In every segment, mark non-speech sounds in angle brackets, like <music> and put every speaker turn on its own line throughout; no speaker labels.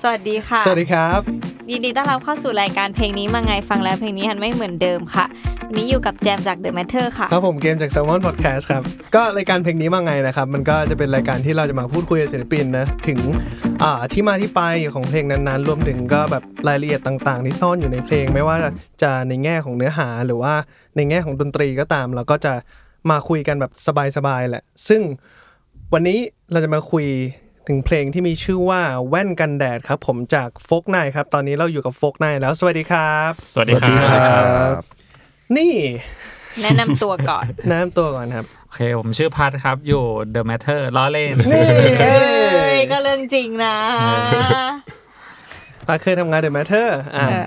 สวัสดีค่ะ
สวัสดีครับ
ยินดีต้อนรับเข้าสู่รายการเพลงนี้มาไงฟังแล้วเพลงนี้มันไม่เหมือนเดิมค่ะวันนี้อยู่กับแจมจาก The Matter ค่ะ
ครับผมเกมจาก s ซ l m o n Podcast ครับ ก็รายการเพลงนี้มาไงนะครับ มันก็จะเป็นรายการที่เราจะมาพูดคุยกับศิลปินนะ ถึงอ่าที่มาที่ไปของเพลงนั้นๆ รวมถึงก็แบบรายละเอียดต่างๆ ที่ซ่อนอยู่ในเพลง ไม่ว่าจะในแง่ของเนื้อหาหรือว่าในแง่ของดนตรีก็ตาม เราก็จะมาคุยกันแบบสบายๆแหละ ซึ่งวันนี้เราจะมาคุยถึงเพลงที่มีชื่อว่าแว่นกันแดดครับ ผมจากโฟกนายครับ ตอนนี้เราอยู่กับโฟกนายแล้วสวัสดีครับ
สวัสดีครับ
บ
นี่
แนะนำตัวก่อน
แนะนำตัวก่อนครับ
โอเค ผมชื่อพัทครับ อยู่ The Matter ล้อเล่น
เอ้ยก็เรื่องจริงนะ
ตาเคยทำงานเดอะแมทเทอร์อ่า
เออ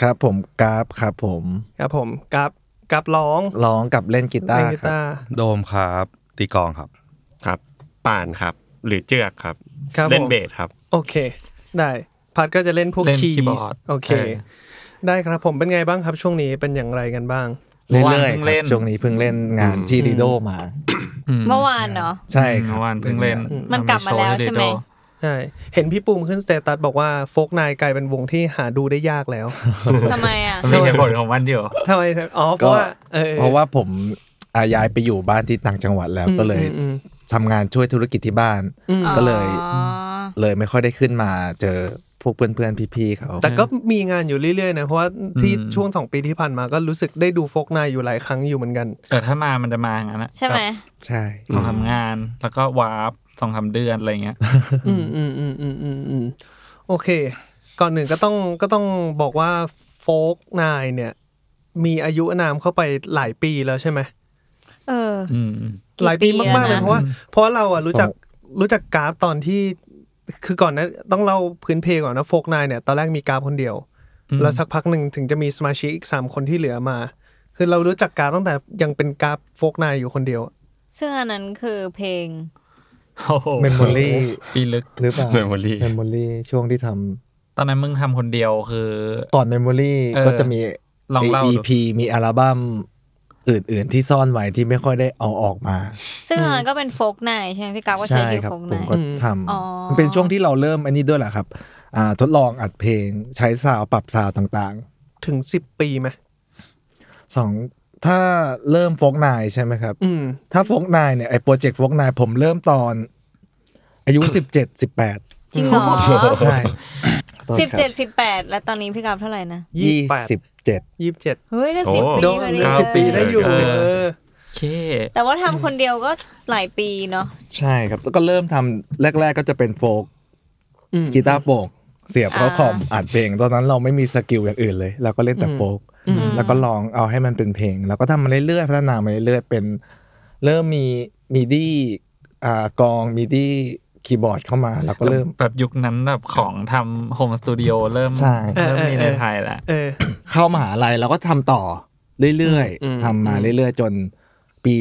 ครับผมกราฟครับผม
ครับผมกับกับร้อง
ร้องกับเล่นกีตา
เล่น
ร์
กี
ครับ
ตาร์
โดมครับตีกลองครับ
ครับป่านครับ หรือเจือกครับ
ครับผม
เล่นเบสครับ
โอเค ได้พัดก็จะเล่นพวก
เล่น
คี
คีย์บอร์ด
ย์โอเค
เออ
ได้ครับผมเป็นไงบ้างครับ ช่วงนี้เป็นอย่างไรกันบ้าง
เรื่อย
เพิ่
ๆ
ง
ค
เล่
รั
น
บช่วงนี้เพิ่งเล่นงานที่ดีโดมา
เมื่อวานเนาะ
ใช่ครับ
เมื่อวานเพิ่งเล่น
มันกลับมาแล้วใช่ไหม
ใช่เห็นพี่ปูมขึ้นสเตตัสบอกว่าโฟกนายกลายเป็นวงที่หาดูได้ยากแล้ว <laughs>
ทำไมอ่ะ
มันมีเหตุผลของมันอยู่
ทำไมอ๋อเพ
ก็
ราะว่าเออ
เพราะว่าผมอาย้ายไปอยู่บ้านที่ต่างจังหวัดแล้วก็เลย
อืม
ทำงานช่วยธุรกิจที่บ้าน
อืมอืม
ก็เลย
อ๋อ
เลยไม่ค่อยได้ขึ้นมาเจอพวกเพื่อนๆพี่ๆเขา
แต่ก็มีงานอยู่เรื่อยๆนะเพราะว่าที่
อืม
ช่วงสองปีที่ผ่านมาก็รู้สึกได้ดูโฟกนายอยู่หลายครั้งอยู่เหมือนกัน
แต่ถ้ามามันจะมาอย่างนั้นนะ
ใช่ไหม
ใช่
สองทำงาน แล้วก็วาร์ปสองทำเดือนอะไรเงี้ย
อืมอืมอืมอืมอืมอืมโอเค ก่อนหนึ่งก็ต้องก็ต้องบอกว่าโฟกนายเนี่ย มีอายุอานามเข้าไปหลายปีแล้วใช่ไหม
เออ
อืม
กี่ปี
หลายปีมากๆเลย
แล้วนะ
เพราะว่าเพราะว่าเราอ่ะรู้จักรู้จักกราฟตอนที่คือก่อนนั้นต้องเล่าพื้นเพก่อนนะโฟกนายเนี่ยตอนแรกมีกราฟคนเดียว
อืม
แล้วสักพักหนึ่งถึงจะมีสมาชิกอีกสามคนที่เหลือมา คือเรารู้จักกราฟตั้งแต่ยังเป็นกราฟโฟกนายอยู่คนเดียว
ซึ่งอันนั้นคือเพลง
โอ้โห
เมมโมรี่
ปีลึก
หรือเปล่า
เมมโมรี่
เมมโมรี่ช่วงที่ทำ
ตอนนั้นมึงทำคนเดียวคือ
ก่อนเมมโมรี่
เออ
ก็จะมี
ลองเล่าดู
EP มีอัลบั้มอื่นๆที่ซ่อนไว้ที่ไม่ค่อยได้เอาออกมา
ซึ่งอันนั้นก็เป็นโฟกนายใช่ไหมพี่กาวก็ใช้
ใช่
ชื่อ
ครับ
โฟก
ผ
นาม ย
ก็ท
อ๋อ
ำมันเป็นช่วงที่เราเริ่มอันนี้ด้วยแหละครับอ่าทดลองอัดเพลงใช้ซาวด์ปรับซาวด์ต่าง
ถึงสิบปีไหม
ๆสองถ้าเริ่มโฟกนายใช่ไหมครับ
อืม
ถ้าโฟกนายเนี่ยไอโปรเจกต์โฟกนายผมเริ่มตอน อายุ สิบเจ็ดสิบแปด
จริงเหรอ
ใช่
สิบเจ็ดสิบแปดและตอนนี้พี่กาวเท่าไหร่นะ
ยี่สิบเจ็ด
ยี่สิบเจ็ด
เฮ้ยก็
โอ้
สิบปี
โดน
มา
เก้า
สิบปีได้อยู่
เออ
เออ
โอเค
แต่ว่าทำคนเดียวก็หลายปีเนาะ
ใช่ครับ แล้วก็เริ่มทำแรก ๆ ก็จะเป็นโฟก
อืม
กีตาร์โปร่งเสียบเข้า
อ่า
คอมอัดเพลง ตอนนั้นเราไม่มีสกิลอย่างอื่นเลยเราก็เล่นแต่โฟก
อืม
แล้วก็ลองเอาให้มันเป็นเพลง แล้วก็ทำมาเรื่อยๆพัฒนามาเรื่อยๆเป็น เริ่มมีมีดี้อ่ากองมีดี้คีย์บอร์ดเข้ามา แล้วก็เริ่ม
แบบยุคนั้นแบบของทำโฮมสตูดิโอเริ่ม
ใช่
เริ่มมีใน
เออเออ
ไทยแล้ว
เออ
เข้ามหาลัยแล้วก็ทำต่อเรื่อย
อืม
ๆทำมาเรื่อยๆ จนปี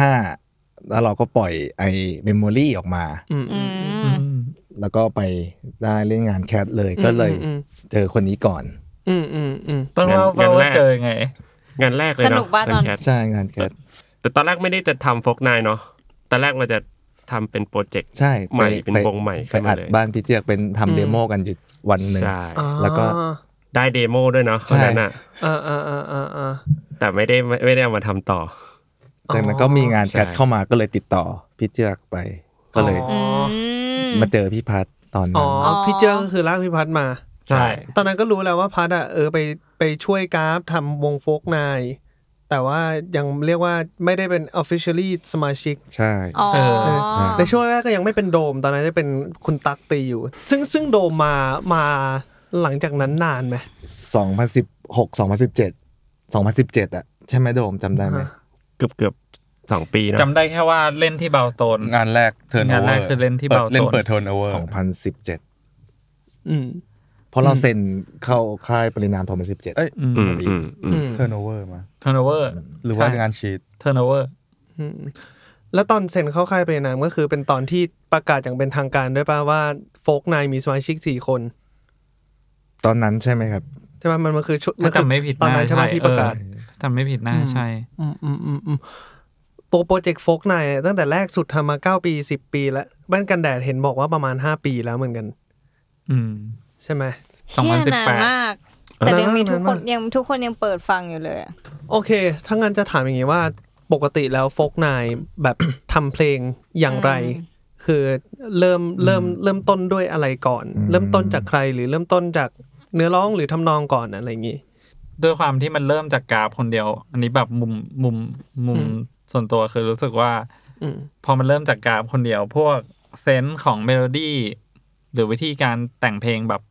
2015 แล้วเราก็ปล่อยไอ้เมมโมรี่ออกมา
อืมอื
อื
ม
ม
แล้วก็ไปได้เล่นงานแคทเลยก็เลย
อืมอืม
เจอคนนี้ก่อน
อืมอืมอืม
ต้องเล่า
งั้น
ว่า
แรก
เจอไง
งานแรกเลย
ส
เนาะ
นุกป่ะตอน
งแคท
ใช่งานแคท
แต่ตอนแรกไม่ได้จะทำโฟกนายเนาะตอนแรกเราจะทำเป็นโปรเจกต์
ใช่
ใหม่เป็นวงใหม่
ไป
ขึ้นมา
อัด
เลย
บ้านพี่เจียกเป็นทำเดโมกันอยู่วันหนึ่ง
ใช่
แล้วก็
ได้เดโมด้วยเนาะ
ใช่
ตอนนั้นอ่ะ
อ่าอ่าอ่าอ่าอ่า
แต่ไม่ได้ไม่ได้เอามาทำต่อ
จากนั้นก็มีงาน
ใช่
แคทเข้ามาก็เลยติดต่อพี่เจือกไป ก็เลย
อ๋อ
อืม
มาเจอพี่พัทตอน
อ๋
นั้
อนอพี่เจ้าก็คือลากพี่พัดมา
ใช่
ตอนนั้นก็รู้แล้วว่าพัดอ่ะเออไปไปช่วยกราฟทำวงโฟกนาย แต่ว่ายังเรียกว่าไม่ได้เป็น officially สมาชิก
ใช่
อ๋อ
เออ
ในช่วงแรกก็ยังไม่เป็นโดม ตอนนั้นจะเป็นคุณตักตีอยู่ ซึ่งซึ่งโดมมามาหลังจากนั้นนานไหม
สองพันสิบหกสองพันสิบเจ็ดสองพันสิบเจ็ดอะใช่ไหมโดมจำได้ไหม
อ่า
เกือบเกือบสองปีเนาะ
จำได้แค่ว่าเล่นที่เบลสโตน
งานแรกเทิร์น
งาน
โอเว
แร
อก ร์
คือเล่นที่
ปิด
Brownstone
เล่นเปิดเทิร์นโอเวอร์
สองพันสิบเจ็ด
อืม
เพราะเราเซ็นเข้าค่ายปรินามสองพันสิบเจ็ด
เอ้ย
อืม
อืมอืมอืม
อืม
เทิร์นโอเวอร์มา
เทอร์โนเวอร์
หรือว่า
ใช่
งานชีต
เทอร์โนเวอร์
อืมแล้วตอนเซ็นเข้าค่ายไปนามก็คือเป็นตอนที่ประกาศอย่างเป็นทางการด้วยป่ะว่าโฟกนายมีสมาชิกสี่คน
ตอนนั้นใช่ไหมครับ
ใช่ไหมมันมันคือชุด
ถ้าจำไม่ผิด
ตอนนั้นใช่ไหมที่ประกาศ
เออถ้จำไม่ผิดน่า
อืม
ใช่
อืมอืมอืมอืมตัวโปรเจกต์โฟกนายตั้งแต่แรกสุดทำมาเก้าปีสิบปีแล้วบ้านกันแดดเห็นบอกว่าประมาณห้าปีแล้วเหมือนกัน
อืม
ใช่ไหม
เชี่ย
2018
นานมาก แต่ยังมีทุกคน
นานมาก
ยังทุกคนยังเปิดฟังอยู่เลยอะ
โอเค ถ้างั้นจะถามอย่างนี้ว่าปกติแล้วโฟกนายแบบ ทำเพลงอย่างไร
อืม
คือเริ่มเริ่มเริ่มต้นด้วยอะไรก่อน
อืม
เริ่มต้นจากใครหรือเริ่มต้นจากเนื้อร้องหรือทำนองก่อนอะไรอย่างนี้
ด้วยความที่มันเริ่มจากกราฟคนเดียว อันนี้แบบมุมมุมมุม
อืม
ส่วนตัวคือรู้สึกว่า
อืม
พอมันเริ่มจากกราฟคนเดียว พวกเซนส์ของเมโลดี้หรือวิธีการแต่งเพลงแบบ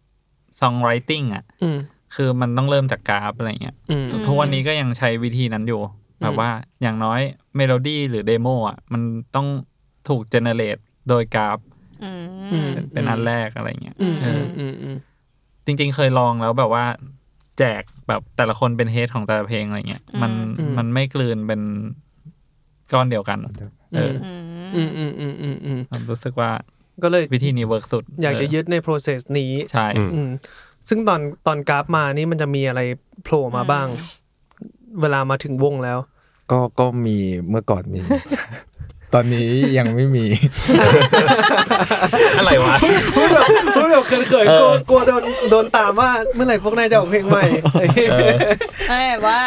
songwriting อ่ะ
อืม
คือมันต้องเริ่มจากกราฟอะไรเงี้ย
อืม
อืม
ทุกวันนี้ก็ยังใช้วิธีนั้นอยู่ แบบว่าอย่างน้อยเมโลดี้หรือเดโมอ่ะ มันต้องถูกเจเนเรตโดยกราฟ
อื
อื
ม
ม
เป็นอันแรกอะไรเงี้ย
อืม
เอ
อื
อ
มอืมอืม
จริง ๆ เคยลองแล้วแบบว่า แจกแบบแต่ละคนเป็นเฮดของแต่ละเพลงอะไรเงี้ยมัน
อืม
มันไม่กลืนเป็นก้อนเดียวกัน เออ
อืม
อืมอืมอืมอืมอืม
ผมรู้สึกว่า
ก็เลย
วิธีนี้เวิร์กสุด
อยากจะ
เ
ยึดใน process นี้
ใช่
อืม
อืมซึ่งตอนตอนกราฟมานี่มันจะมีอะไรโผล่มาบ้าง เวลามาถึงวงแล้ว
ก็ก็มีเมื่อก่อนมี ตอนนี้ยังไม่มี
อะไรวะ
พูดแบบพูดแบบเขินๆกลัวกลัวโดนโดนตามว่าเมื่อไหร่พวกนายจะออกเพลงใหม่
ไม่แบบว่า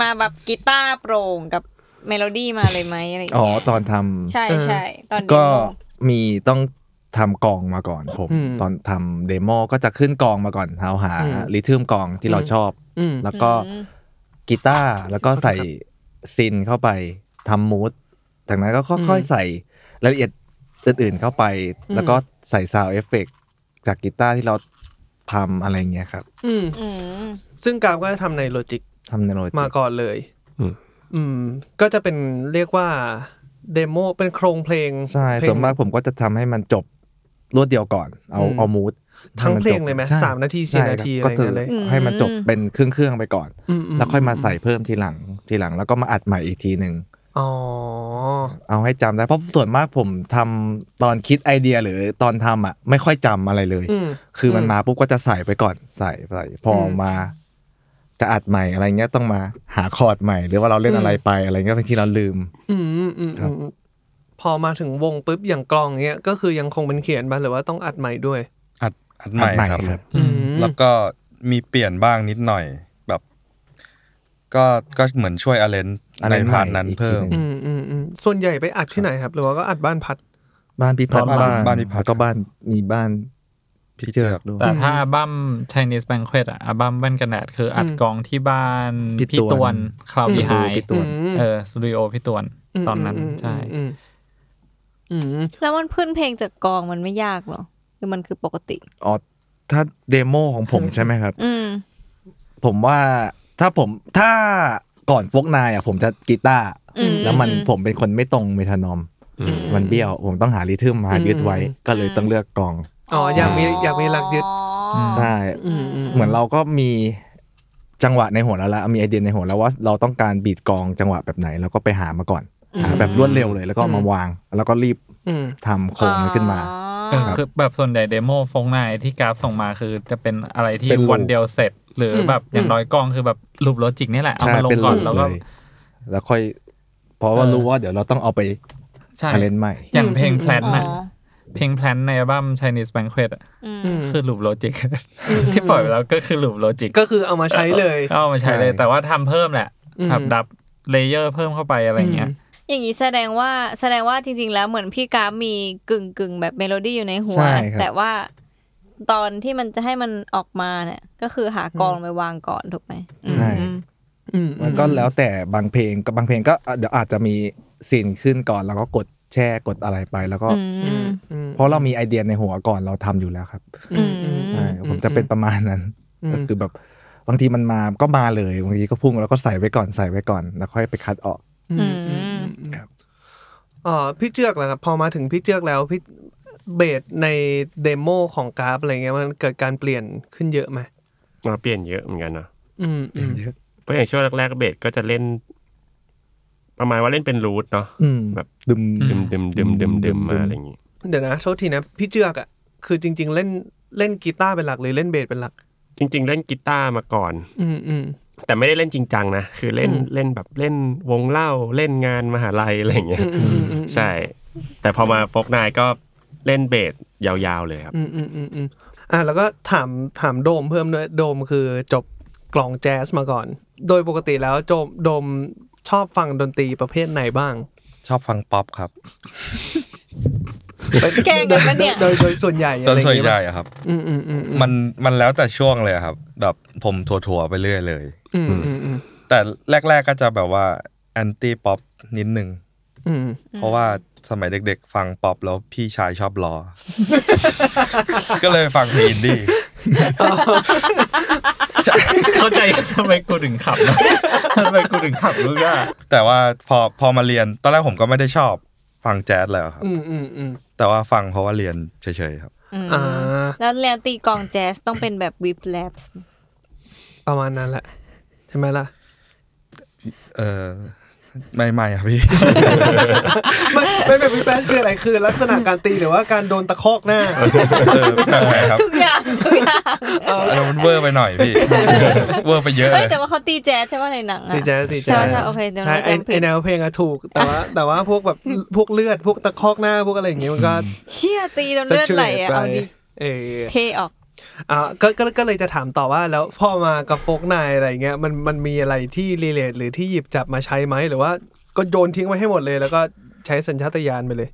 มาแบบกีตาร์โปร่งกับเมโลดี้มาเลยไหมอะไรอย่าง
อ๋อ
เงี้ย
ตอนทำ
ใช่ใช่ตอนเด
ก็
โม
มีต้องทำกองมาก่อนผม
อืม
ตอนทำเดโมก็จะขึ้นกองมาก่อนเราหา
อืม
ริทึมกองที่เรา
อืม
ชอบ
อืม
แล้วก็
อืม
กีตาร์แล้วก็ใส่ซินเข้าไปทำมูดจากนั้นก็ค่อย
อืม
ๆใส่รายละเอียดอื่นๆเข้าไป แล้วก็ใส่ซาวเอฟเฟกจากกีตาร์ที่เราทำอะไรเงี้ยครับ
ืม
อืม
ซึ่งกราฟก็จะทำในโลจิก
ทำในโลจิ
มาก่อนเลย
อืม
อืม ก็จะเป็นเรียกว่าเดโมเป็นโครงเพลง
ใช่
เพลง
ส่วนมากผมก็จะทำให้มันจบรวดเดียวก่อน เอา
อืม
เอามูด
ทั้งเพลงเลยไหมสามนาทีสี่นาทีอะไรเงี้ยเลย
ให้มันจบ
อืม
เป็นเครื่องๆไปก่อน
มม
แล้วค่อยมาใส่เพิ่มทีหลังทีหลังแล้วก็มาอัดใหม่อีกทีหนึ่ง
อ๋อ
เอาให้จำได้เพราะส่วนมากผมทำตอนคิดไอเดียหรือตอนทำอ่ะไม่ค่อยจำอะไรเลย
อืม
คือมันมาปุ๊บก็จะใส่ไปก่อนใส่ใส่พออ
ม
มา จะอัดใหม่อะไรเงี้ยต้องมาหาคอร์ดใหม่ หรือว่าเราเล่น
อืม
อะไรไปอะไรเงี้ยบางทีเราลืม
อืมอืมอืม
ครับ
อืมพอมาถึงวงปุ๊บอย่างกลองเนี้ยก็คือยังคงเป็นเขียนบ้างหรือว่าต้องอัดใหม่ด้วย
อัดอัดใหม่
อัดใหม่
ครับ
ครับ
อืม
แล้วก็มีเปลี่ยนบ้างนิดหน่อยแบบ ก็ก็เหมือนช่วยอเลนใน
arrange
พาร์ทนั้น
ใหม่อีก
เพิ่ม
ทีหนึ่ง
อืมอืมอืมส่วนใหญ่ไปอัดที่ไหนครับ หรือว่าก็อัดบ้านพัด
บ้านพี่พัด
ตอนหลัง
บ้านพี่พัด
แล้วก็บ้านมีบ้านพี่เจอกด้วย
แต่ถ้าอัลบั้ม Chinese Banquet อะอัลบั้มแว่นกันแดดคืออัด
อืม
กองที่บ้าน
พี่
พี่
ต
ต
ว
วน นคลาว
สตู
ดีไฮ
พี่ตวน
เออสตูดิโอพี่ตวน
ม
ตอนนั้น
ม
ใช่
อืมอืมอืม
แล้วมันพื้นเพลงจากกองมันไม่ยากหรอหรือมันคือปกติ
อ๋อถ้าเดโมของผม
อืม
ใช่ไหมครับ
อืม
ผมว่าถ้าผมถ้าก่อนโฟกนายอ่ะผมจะกีตาร์
อืม
แล้วมัน
อืม
ผมเป็นคนไม่ตรงเมทานอม
อืม
มันเบี้ยว ผมต้องหาริทึมมายึดไว้ก็เลยต้องเลือกกลอง
อ๋ออยากมีอยากมีหลักยึด
อ๋อ
ใช่
อืมอืม
เหมือนเราก็มีจังหวะในหัวแล้วละมีไอเดียในหัวแล้วว่าเราต้องการบีดกลองจังหวะแบบไหนเราก็ไปหามาก่อนหาแบบรวดเร็วเลยแล้วก็มาวาง แล้วก็รีบ
อืม
ทำโครงมันขึ้นมา
ก็
อ๋อ
คือแบบส่วนใหญ่เดโมฟงนายที่กราฟส่งมาคือจะเป็นอะไรที่
เป็น loop
วันเดียวเสร็จ หรืออ
ม
แบบอย่างน้อยกองคือแบบลูปโลจิกนี่แหละ เอา
ใช่
มาล
เป็น
ง
ล
ก่อน
ง
แล้ว
เล
ก็
ยแล้วค่อย เพราะว่า
เออ
รู้ว่าเดี๋ยวเราต้องเอาไป
ใช่
อาเล่นใหม่
อย่างเพลงแพลนน่ะ
อ๋อ
เพลงแพลนในอัลบั้ม Chinese Banquet อะ
อืม
อืม
คือลูปโลจิกที่ปล่อยไปแล้วก็คือลูปโลจิก
ก็คือเอามาใช้เลย
ก็เอามาใช้เลย
ใช่
แต่ว่าทำเพิ่มแหละ
อืม
แบบดับเลเยอร์เพิ่มเข้าไปอะไรเงี้ย
อย่างนี้แสดงว่าแสดงว่าจริง ๆ แล้วเหมือนพี่กราฟมีกึ่งกึ่งๆแบบเมโลดี้อยู่ในหัว
ใช่ครับ
แต่ว่าตอนที่มันจะให้มันออกมาเนี่ย ก็คือหากองไปวางก่อนถูกไหม
ใช่
อืม
อืม
มันก็แล้วแต่บางเพลงกับบางเพลงก็อ่ะเดี๋ยวอาจจะมีซีนขึ้นก่อนแล้วก็กดแช่กดอะไรไปแล้วก็
อืมอืม
เพราะเรามีไอเดียในหัวก่อนเราทำอยู่แล้วครับ
อืม
ใช่ผมจะเป็นประมาณนั้น
อืม
ก็คือแบบบางทีมันมาก็มาเลยบางทีก็พุ่งแล้วก็ใส่ไว้ก่อนใส่ไว้ก่อนแล้วค่อยไปคัดออก
อืมอืมอืมอ๋อพี่เจือกแหละครับ พอมาถึงพี่เจือกแล้วพี่เบสในเดโมของกราฟอะไรเงี้ยมันเกิดการเปลี่ยนขึ้นเยอะไหม
มาเปลี่ยนเยอะเหมือนกันนะ
อืมอืม
เพราะอย่างช่วงแรกๆเบสก็จะเล่น ประมาณว่าเล่นเป็นรูทเนาะ
อืม
แบบ
ดึม
ดึมดึมดึมดึมดึมมา
ดึ
ม อะไรอย่างงี้
เดี๋ยวนะโทษทีนะ พี่เจือกอะคือจริง ๆ เล่นเล่นกีตาร์เป็นหลักหรือเล่นเบสเป็นหลัก
จริง ๆ เล่นกีตาร์มาก่อน
อืมอืม
แต่ไม่ได้เล่นจริงจังนะคือเล่น
อืม
เล่นแบบเล่นวงเล่าเล่นงานมหาลัยอะไรอย่างเงี้ย
อืมอืมอืม
ใช่ แต่พอมาโฟกนายก็เล่นเบสยาวๆเลยครับ
อืมอืมอืมอืม อ่ะแล้วก็ถามถามโดมเพิ่มด้วยโดมคือจบกลองแจ๊สมาก่อน โดยปกติแล้วโจมโดมชอบฟังดนตรีประเภทไหนบ้าง
ชอบฟังป๊อปครับ
แกล้งกันปะเนี่ย
โดยโดยส่วนใหญ่
จ
อะ
น
ไรอย่าง
ส่วน
เงี้ย
ให
ปะ
ญ่อะครับ
อืมอืมอืมอื
มันมันแล้วแต่ช่วงเลยอะครับ แบบผมถั่วๆไปเรื่อยเลย
อืมอืมอืม
แต่แรก ๆก็จะแบบว่าแอนตี้ป๊อปนิดนึง
อืม
เพราะว่าสมัยเด็กๆ ฟังป๊อปแล้วพี่ชายชอบ <laughs> ล้อ ก็เลยฟังเพลงอินดี้
เข้าใจทำไมกูถึงขับนะ <laughs> ทำไมกูถึงขับรู้ว่า
แต่ว่าพอพอมาเรียน ตอนแรกผมก็ไม่ได้ชอบฟังแจ๊สเลยครับ
อืมอืมอืม
แต่ว่าฟังเพราะว่าเรียนเฉยๆครับ
อืม
อ่า
แล้วแล้วตีกลองแจ๊สต้องเป็นแบบวิปแลปส์
ประมาณนั้นแหละใช่ไหมล่ะ
เออไม่ไม่ครับพี่
ไม่ไม่เป็นวิปแลชคืออะไรคือ ลักษณะการตีหรือว่าการโดนตะคอกหน้า
เออแบบไหนครับ
ทุกอย่างทุกอย่าง
อันนั้นมันเวอร์ไปหน่อยพี่ เวอร์ไปเยอะ
เฮ้ย
เลย
แต่ว่าเขาตีแจ๊สใช่ป่ะในหนังอะ
ตีแจ๊สตี
ใช่
แจ๊ส
ค่ะโอเคเดี๋ยวเรา
ไอ้
จำผิด
ไอ้แนวเพลงอะถูก แต่ว่าแต่ว่าพวกแบบพวกเลือดพวกตะคอกหน้าพวกอะไรอย่างเงี้ยมันก็
เชี่ยตีจนเลือดไหลอะ
saturate
เอาดิ
ไปเออ
เทออก
อ่ะก็ก็ก็เลยจะถามต่อว่าแล้วพอมากับโฟกนายอะไรเงี้ยมันมันมีอะไรที่รีเลทหรือที่หยิบจับมาใช้ไหมหรือว่าก็โยนทิ้งไว้ให้หมดเลย แล้วก็ใช้สัญชาตญาณไปเลย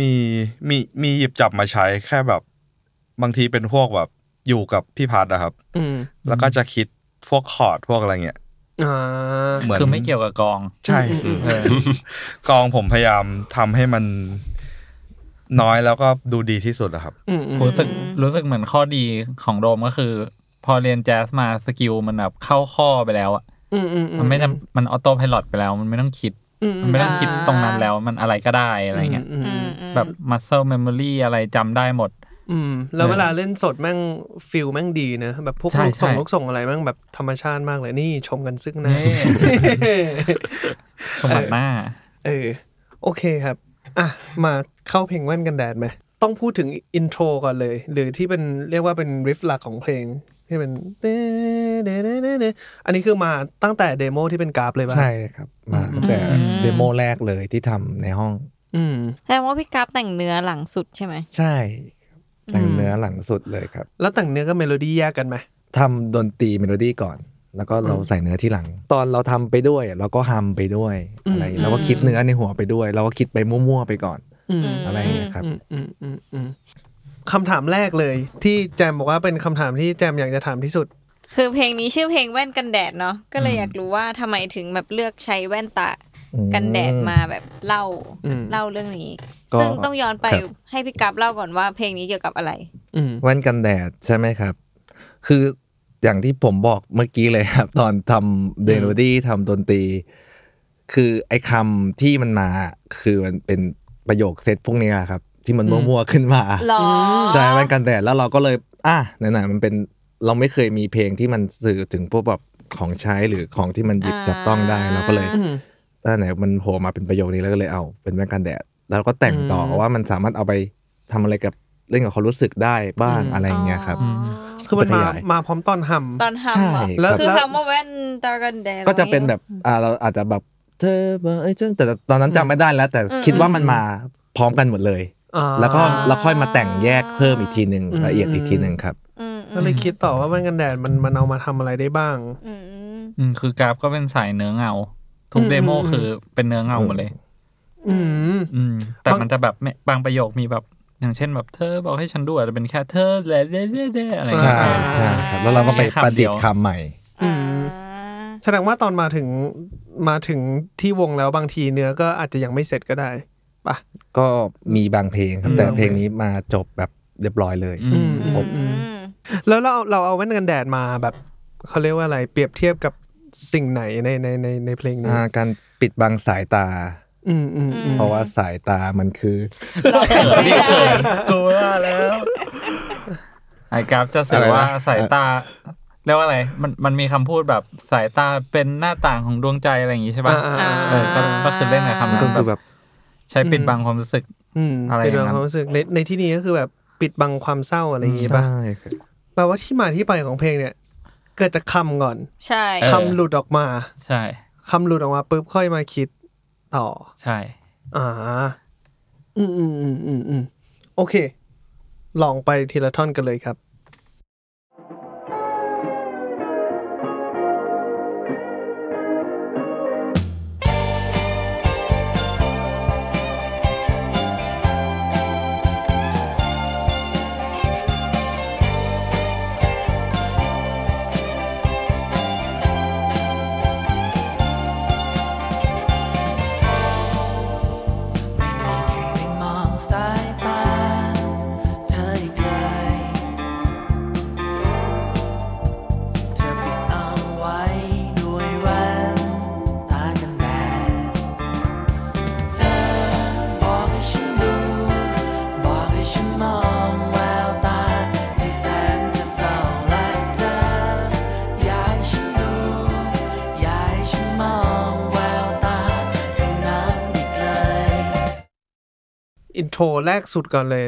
มีมีมีหยิบจับมาใช้แค่แบบบางทีเป็นพวกแบบอยู่กับพี่พัดนะครับ
อืม
แล้วก็จะคิดพวกคอร์ดพวกอะไรเงี้ย
อ่า
เหมือน
คือไม่เกี่ยวกับกอง
ใช่
เออ
กองผมพยายามทำให้มันน้อยแล้วก็ดูดีที่สุดอะครับ
อืมอืม
รู้สึกรู้สึกเหมือนข้อดีของโดมก็คือ พอเรียนแจ๊สมาสกิลมันแบบเข้าข้อไปแล้วอะ
อืมอืมอื
มันไม่จำมันออโต้พายโไปแล้ว มันไม่ต้องคิด
อื
มันไม่ต้องคิด
อ่า
ตรงนั้นแล้วมันอะไรก็ได้อะไรเงี้ย
อืม
อื
อืม
มอืม
แบบมัสเซ e ลเมมโมรีอะไรจำได้หมด
อืมแล้ว
เออ
เวลาเล่นสดแม่งฟิลแม่งดีนะแบบพวก
ใช่
ลูกส่ง
ใช่
ลูกส่งอะไรแม่งแบบธรรมชาติมากเลยนี่ชมกันซึ่ง <laughs> หนะ
<laughs> เน่ชมบัดหน้า
เออโอเคครับ อ่ะ มาเข้าเพลงแว่นกันแดดไหม ต้องพูดถึงอินโทรก่อนเลย หรือที่เป็นเรียกว่าเป็นริฟหลักของเพลง ที่เป็นเด้เด้เด้เด้เด้อันนี้คือมาตั้งแต่เดโมที่เป็นกราฟเลยป่ะ
ใช่ครับ มาตั้งแต่เดโมแรกเลยที่ทำในห้อง
อืม
แสดงว่าพี่กราฟแต่งเนื้อหลังสุดใช่ไหม
ใช่ครับแต่ง
อืม
เนื้อหลังสุดเลยครับ
แล้วแต่งเนื้อกับเมโลดี้แยกกันไหม
ทำดนตรีเมโลดี้ก่อน แล้วก็เรา
อืม
ใส่เนื้อที่หลัง ตอนเราทำไปด้วยเราก็ฮัมไปด้วย
อืม
อะไรเราก็คิดเนื้อในหัวไปด้วย เราก็คิดไปมั่วๆไปก่อน
อืม
อะไรอย่างเงี้ยครับ
อืมอืมอืมอืมคำถามแรกเลย ที่แจมบอกว่าเป็นคำถามที่แจมอยากจะถามที่สุด
คือเพลงนี้ชื่อเพลงแว่นกันแดดเนาะก็เลยอยากรู้ว่าทำไมถึงแบบเลือกใช้แว่นตากันแดดมาแบบเล่า
อืม
เล่าเรื่องนี้
ก็
ซึ่งต้องย้อนไป
ครับ
ให้พี่กราฟเล่าก่อนว่าเพลงนี้เกี่ยวกับอะไร
อืม
แว่นกันแดดใช่ไหมครับ คืออย่างที่ผมบอกเมื่อกี้เลยครับ ตอนทำเดโลดี้ทำดนตรี คือไอ้คำที่มันมาคือมันเป็นประโยคเซตพวกนี้ครับ ที่มันมั่วๆขึ้นมา
หรอ
ใช่แว่นกันแดดแล้วเราก็เลย อ่ะไหนๆมันเป็นเราไม่เคยมีเพลงที่มันสื่อถึงพวกแบบของใช้หรือของที่มันหยิบจับต้องได้
อ่า
เราก็เลย
อืม
ถ้าไหนมันโผล่มาเป็นประโยคนี้แล้วก็เลยเอาเป็นแว่นกันแดด แล้วก็แต่งต่ออ
ม
ว่ามันสามารถเอาไปทำอะไรกับเล่นกับความรู้สึกได้บ้าง
อืม
อะไรอย่างเงี้ยครับ
อ๋อ
คือมันมา
ขยาย
มาพร้อมตอนหัม
ตอน
ใช่
ทำเหรอ
แล้ว
คือคำว่าแว่นตากันแดด
ก็จะเป็นแบบอ่าเราอาจจะแบบเธอบอกเอ้ยเจ้าแต่ตอนนั้นจำไม่ได้แล้ว แต่
อืม
คิดว่ามัน
อืม
มาพร้อมกันหมดเลย
อ่า
แล้วก็
อ่า
แล้วค่อยมาแต่งแยกเพิ่มอีกทีหนึ่ง
อืม
ละเอียดอีกทีหนึ่งครับ
อืมอื
ก็
ม
เลยคิดต่อว่าแว่นกันแดดมันมันเอามาทำอะไรได้บ้าง
อืมอืม
อืมคือกราฟก็เป็นสายเนื้อเงา ทุ
อื
ก
ม
เดโม
อืม
คือเป็นเนื้อเงาหมดเลย
อืม
อืม แต่
บาง
มันจะแบบไม่บางประโยคมีแบบ อย่างเช่นแบบเธอบอกให้ฉันดูอาจจะเป็นแค่เธอแหละเด้เด้เด้อะไรอย่าง
ใช่
เงี้ย
ใช่ครับ แล้วเราก็ไปประดิษฐ์คำใหม่
อืม แสดงว่าตอนมาถึงมาถึงที่วงแล้วบางทีเนื้อก็อาจจะยังไม่เสร็จก็ได้ป่ะ
ก็มีบางเพลงครับ
อืม
แต่เพลงนี้มาจบแบบเรียบร้อยเลย
อืม
อืมอืมแล้วเราเราเอาแว่นกันแดดมาแบบเขาเรียกว่าอะไรเปรียบเทียบกับสิ่งไหนในในในในเพลงนี้
อ่าการปิดบังสายตา
อืมอืมอืม
เพราะว่าสายตามันคือ
เราเขินไม่ได้
กูว่าแล้วไอ้กราฟจะสื่อว่า
อะไรนะ
สายตาเรียกว่าอะไร มันมันมีคำพูดแบบสายตาเป็นหน้าต่างของดวงใจอะไรอย่างงี้ใช่ป่ะ
อ่าอ่าอ่า
เออก็ก็คือเล่นกับคำ
มัน
นั้
ก็
น
คือ
แบ
แบบ บ
ใช้ปิดบังความรู้สึก
อืม
อะไร
เป็น
อย่างนั้น
ความรู้สึกในในที่นี้ก็คือแบบปิดบังความเศร้าอะไรอย่างงี้ป่ะ
ใช่ครับ
แปลว่าที่มาที่ไปของเพลงเนี่ย เกิดจากคำก่อน
ใช่
เออ
คำหลุดออกมา
ใช่
คำหลุดออกมาปุ๊บค่อยมาคิดต่อ
ใช่
อ่า อืมอืมอืมอืมอืมโอเค ลองไปทีละท่อนกันเลยครับ อินโทรแรกสุดก่อนเลย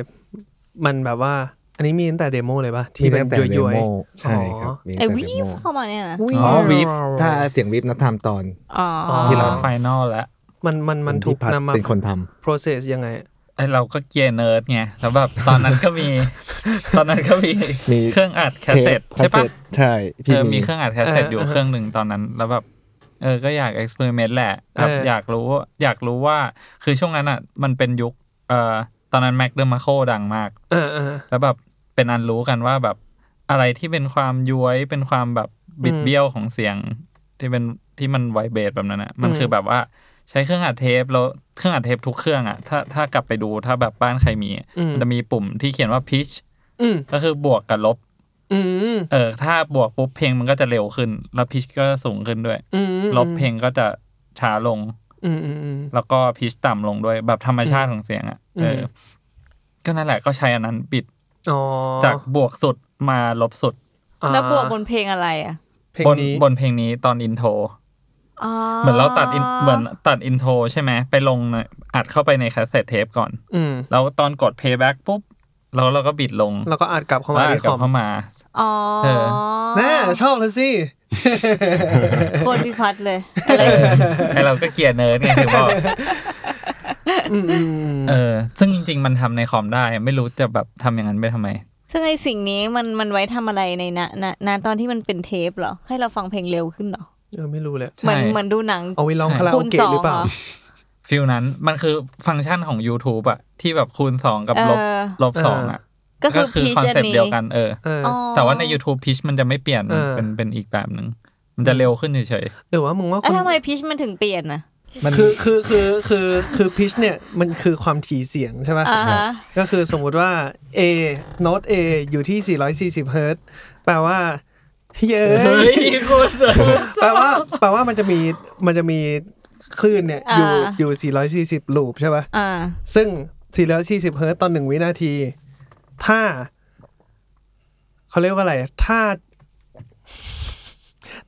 มันแบบว่า อันนี้มีตั้งแต่เดโมเลยปะที่
มี
เป็
ตั้
น
งแต่
ย้วย
เดโมใช่ครับมี
ไอ้
ตั้งแต่
วี
เดโม
ฟเข้ามาเนี่ยนะ
อ๋อวีฟถ้าเสียงวีฟนัดทำตอน
อ๋อ
ที่เรา
ไฟนอลแล้ว
ๆมันมันมันถูก
พี่พัด
นำมา
เป็นคนทำ
process ยังไง
ไอเราก็เกียร์เนิร์ดไงแล้วแบบตอนนั้นก็
<laughs>
มี ตอนนั้นก็มี
มี
เครื่องอัดแคสเซ็ต
เทป
ใช่ปะ
คาสเตใช่พี่
เออมีเครื่องอัดแคสเซ็ต
เออ
อยู่
เออ
เครื่องหนึ่งตอนนั้น แล้วแบบเออก็อยากเอ็กซ์เพร์เมนต์แหละแบบ
เออ
อ
อ
ยากรู้ว่าอยากรู้ว่าคือช่วงนั้นอ่ะ มันเป็นยุคเอ่อตอนนั้นแม็กเดอร์มาโคดังมาก
เออเออ
แล้วแบบเป็นอันรู้กันว่าแบบอะไรที่เป็นความย้วยเป็นความแบบบิดเบี้ยวของเสียงที่เป็นที่มันไวเบสแบบนั้นอ่ะมัน
อืม
คือแบบว่าใช้เครื่องอัดเทปแล้วเครื่องอัดเทปทุกเครื่องอ่ะถ้าถ้ากลับไปดูถ้าแบบบ้านใครมี
อืม
มันจะมีปุ่มที่เขียนว่า pitch
อืม
ก็คือบวกกับลบ
อืม
เออถ้าบวกปุ๊บเพลงมันก็จะเร็วขึ้น แล้วพิชก็สูงขึ้นด้วย
อืม
ลบเพลงก็จะช้าลง
อืมอืมอืม
แล้วก็พิชต่ำลงด้วยแบบธรรมชาติของเสียงอ่ะเอออ
ม
ก็นั่นแหละก็ใช้อันนั้นปิด
อ๋อ
จากบวกสุดมาลบสุด
อ่า
แล้วบวกบนเพลงอะไรอ่ะ
เพลง
บน
นี้
บนเพลงนี้ตอนอินโทร
อ๋อ
เหมือนเราตัด in- เหมือนตัดอินโทรใช่ไหมไปลงในอัดเข้าไปในคาสเซ็ตเทปก่อน
อืม
แล้วตอนกดเพย์แบ็กปุ๊บแล้วเราก็บิดลง
แล้วก็อัดกลับเข้า
แล้
มาว
อัด
ที่
ก
ค
ลั
อบ ม
เข้ามา
<laughs>
อ๋อ
เออ
แน่ชอบแล้วสิ
โคตรพิพัฒน์เลย
เออไอเราก็เกลียดเนิร์ดไงถึงบอก
อืมอืมอืม
เออซึ่งจริง ๆ มันทำในคอมได้ ไม่รู้จะแบบทำอย่างนั้นไปทำไม
ซึ่งไอสิ่งนี้มันมันไว้ทำอะไรในณณณตอนที่มันเป็นเทปเหรอ ให้เราฟังเพลงเร็วขึ้นเหรอ
เออไม่รู้เลย
ใช่
เหมือนเหมือนดูหนัง
เอาไว้ร้องคารา
คู
โอ
ณ
เกะ
สอง
หรือ
เห
เป
ร
ล่า
อ
ฟิลนั้นมันคือฟังก์ชันของ YouTube อะที่แบบคูณ 2 กับลบ
เออ
ลบสองอะ
ก็คือพีช
คอน
อัน
เซ็ปต์
นี้
เดียวกันเออ
เออ
อ๋อ
แต่ว่าใน YouTube Pitch มันจะไม่เปลี่ยน
เออ
เป็นเป็นอีกแบบหนึ่งมันจะเร็วขึ้นเฉย
หรือว่ามึงว่า
เอ้
คุ
ย
ณ
ทำไมพีชมันถึงเปลี่ยนนะ
มัน
คือคือคือคือคือพิชเนี่ยมันคือความถี่เสียงใช่ไหม
อ่าฮะ
ก็คือสมมุติว่า A โน้ต A อยู่ที่ 440 เฮิรตซ์แปลว่าเย้
ๆเฮ้ยโคุณ
แปลว่าแปลว่ามันจะมีมันจะมีคลื่นเนี่ยอยู่อยู่ 440 ลูปใช่ป่ะ
อ่า
ซึ่ง 440 เฮิรตซ์ตอนหนึ่งวินาที ถ้า เขาเรียกว่าอะไร ถ้า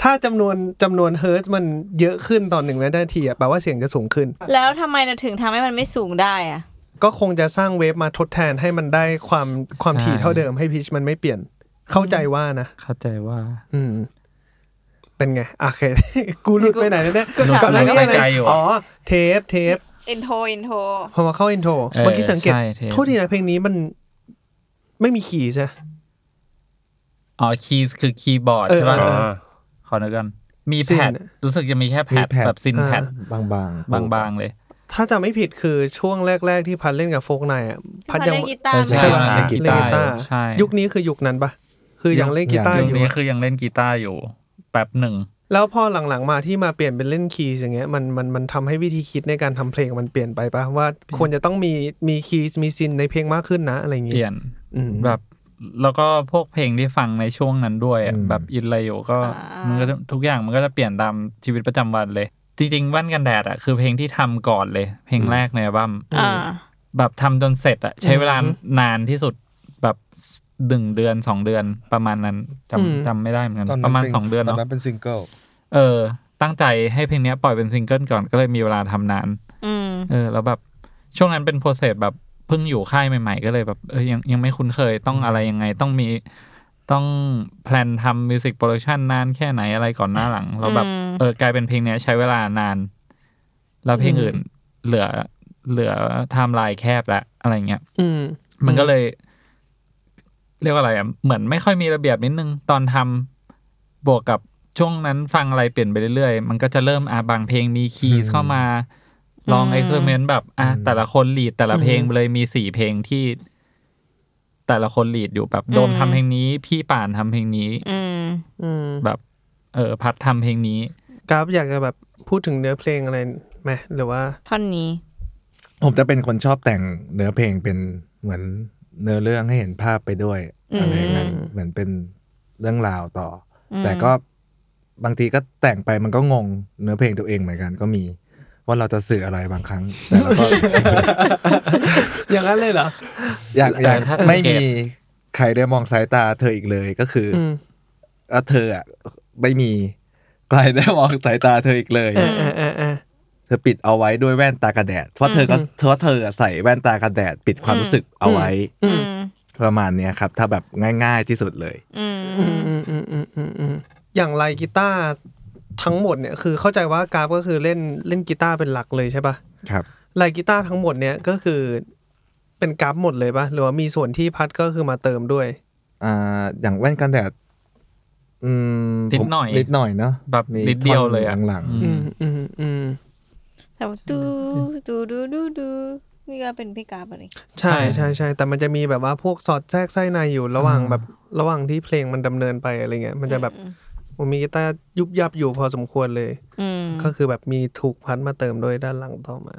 ถ้าจำนวนจำนวนเฮิรตซ์มันเยอะขึ้นตอนหนึ่งวินาทีอะแปลว่าเสียงจะสูงขึ้น
แล้วทำไมเราถึงทำให้มันไม่สูงได้อ่ะ
ก็คงจะสร้างเวฟมาทดแทนให้มันได้ความความถี่เท่าเดิมให้พิชมันไม่เปลี่ยน เข้าใจว่านะ
เข้าใจว่า
อืม เป็นไงโอเค <laughs> กูหลุดไปไหนแล้วเนี่ย
กูถาม
อนหน้านี้
ไป
อะไร
ไกลอยู่
อ๋อ เทปเทป
อินโทอินโท
พอมาเข้าอินโทร
เออ
เมื่อกี้สังเกต
ใช่เทป
โทษทีนะเพลงนี้มันไม่มีขี่ใช่
อ๋อคีย์คือคีย์บอร์ด
เออ
ใช่ป่ะ
เออ
ขอนึกกันมี
ซิน
แพด
อะ
รู้สึกจะมีแค่แพ
มี
ด
แพด
แบบซิน
อ่า
แพด
บางๆ
บางๆเลย
ถ้าจะไม่ผิดคือช่วงแรก ๆ ที่พัดเล่นกับโฟกนายอ่ะพัด
พัด
ยัง
เล่นกีตาร์
เออ
ไหม
ใช่
ปะ
เล่นกีตาร์
เล่น
อยู่ใช่
ยุคนี้คือยุคนั้นปะคือยังเล่นกีตาร์
ยุ
อ
ค
ยู่
นี้คือยังเล่นกีตาร์อยู่แป๊บหนึ่ง
แล้วพอหลังๆมาที่มาเปลี่ยนเป็นเล่นคีย์อย่างเงี้ยมันมันมันทำให้วิธีคิดในการทำเพลงมันเปลี่ยนไปปะว่าควรจะต้องมีมีคีย์มีซินในเพลงมากขึ้นนะอะไรอย่าง
เป
เงี้
ลี่ย
ย
น
อืม
แบบแล้วก็พวกเพลงที่ฟังในช่วงนั้นด้วยอะ
อืม
แบบอินไลโยก็
ามั
มันก็จะทุกอย่างมันก็จะเปลี่ยนตามชีวิตประจำวันเลย จริงๆแว่นกันแดดอ่ะคือเพลงที่ทำก่อนเลย เพลงแรกในอัลบั้ม
อ่า
แบบทำจนเสร็จอ่ะใช้เวลา
อืม
นานที่สุดแบบหนึ่งเดือนสองเดือนประมาณนั้นจำ
อืม
จำไม่ได้เหมือนกัน
ตอน
ป
นั้น
ระมาณ
เป็
สองเดือน
ตอน
เนาะ
นั้นเป็นซิงเกิล
เออ ตั้งใจให้เพลงเนี้ยปล่อยเป็นซิงเกิลก่อนก็เลยมีเวลาทำนาน
อืม
เออแล้วแบบช่วงนั้นเป็นโปรเซสแบบเพิ่งอยู่ค่ายใหม่ๆ ก็เลยแบบเออยังยังไม่คุ้นเคยต้องอะไรยังไงต้องมีต้องแพลนทำมิวสิกโปรดักชันนานแค่ไหนอะไรก่อนหน้าหลัง เราแบบ
อืม
เออกลายเป็นเพลงเนี้ยใช้เวลานาน แล้วเพลงอื่นเหลือเหลือไทม์ไลน์แคบและอะไรเงี้ย
อืม
มันก็เลย เรียกว่าอะไรอ่ะเหมือนไม่ค่อยมีระเบียบนิดนึง ตอนทำบวกกับช่วงนั้นฟังอะไรเปลี่ยนไปเรื่อยๆ มันก็จะเริ่มอ่ะบางเพลงมีคีย์เข้ามา ลอง
อืม
เอ็กซ์เพร์เมนต์แบบอ่ะแต่ละคนลีดแต่ละเพลง
อืม
เลยมีสี่เพลงที่ แต่ละคนลีดอยู่แบบโดมทำเพลงนี้ พี่ป่านทำเพลงนี้
อืม
อืม
แบบ เออพัดทำเพลงนี้
กราฟอยากจะแบบพูดถึงเนื้อเพลงอะไรไหมหรือว่า
ท่อนนี้
ผมจะเป็นคนชอบแต่งเนื้อเพลงเป็นเหมือนเนื้อเรื่องให้เห็นภาพไปด้วย
อืม
อะไรอย่างนั้นเหมือนเป็นเรื่องราวต่ออ
อืม
แต่ก็บางทีก็แต่งไปมันก็งงเนื้อเพลงตัวเองเหมือนกันก็มี ว่าเราจะสื่ออะไรบางครั้ง แต่เรา <laughs> ก็
อย่างนั้นเลยเหรอ
อยากอยาก
ถ้าสังเกต
ไม่มีใครได้มองสายตาเธออีกเลยก็คืออ
อืม
แล้วเธออ่ะไม่มีใครได้มองสายตาเธออีกเลย
เออเออเออเออ
เธอปิดเอาไว้ด้วยแว่นตากระแดด เพราะเธอก็เธอว่าเธอใส่แว่นตากระแดด ปิดความรู้สึกเอาไว้
อืม
ประมาณเนี้ยครับ ถ้าแบบง่ายๆที่สุดเลย
อืม
อืมอืมอืมอืมอืมอืมอย่างไรกีตาร์ทั้งหมดเนี่ยคือเข้าใจว่ากราฟก็คือเล่นเล่นกีตาร์เป็นหลักเลยใช่ปะ
ครับ
ลายกีตาร์ทั้งหมดเนี่ยก็คือเป็นกราฟหมดเลยปะหรือว่ามีส่วนที่พัดก็คือมาเติมด้วย
อ่าอย่างแว่นกันแดด อืม
นิดหน่อย
ผมนิดหน่อยเนาะ
แบบ
มี
นิดเดียวเลยอะ
ท่นหลังๆ
อืมอืมอืม
แต่ว่าดูดูดูดูดูนี่ก็เป็นพี่กราฟอะไร
ใช่
ใช่
ใช่ใช่แต่มันจะมีแบบว่าพวกสอดแทรกไส้ในอยู่ระหว่างแบบระหว่างที่เพลงมันดำเนินไปอะไรเงี้ยมันจะแบบผมมีกีตาร์ยุบยับอยู่พอสมควรเลย
อืม
ก็คือแบบมีถูกพัดมาเติมด้วยด้านหลังต่อมา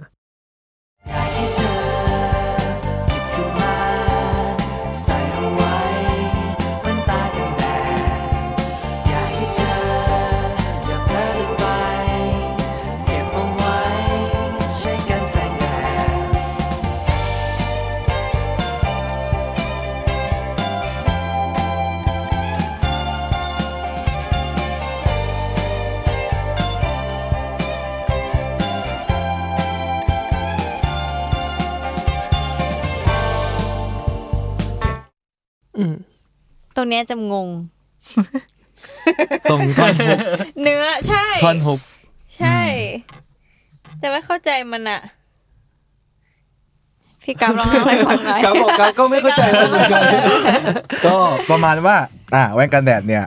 อืม
ตรงเนี้ยจะงง
ตรงท่อนฮุก
เนื้อใช่
ท่อนฮุก
ใช่ จะไม่เข้าใจมันอะพี่กราฟลองเล่าให้ฟังหน่อย
กราฟบอกกราฟก็ไม่เข้าใจมันเหมือนกัน
ก็ประมาณว่า อ่าแว่นกันแดดเนี่ย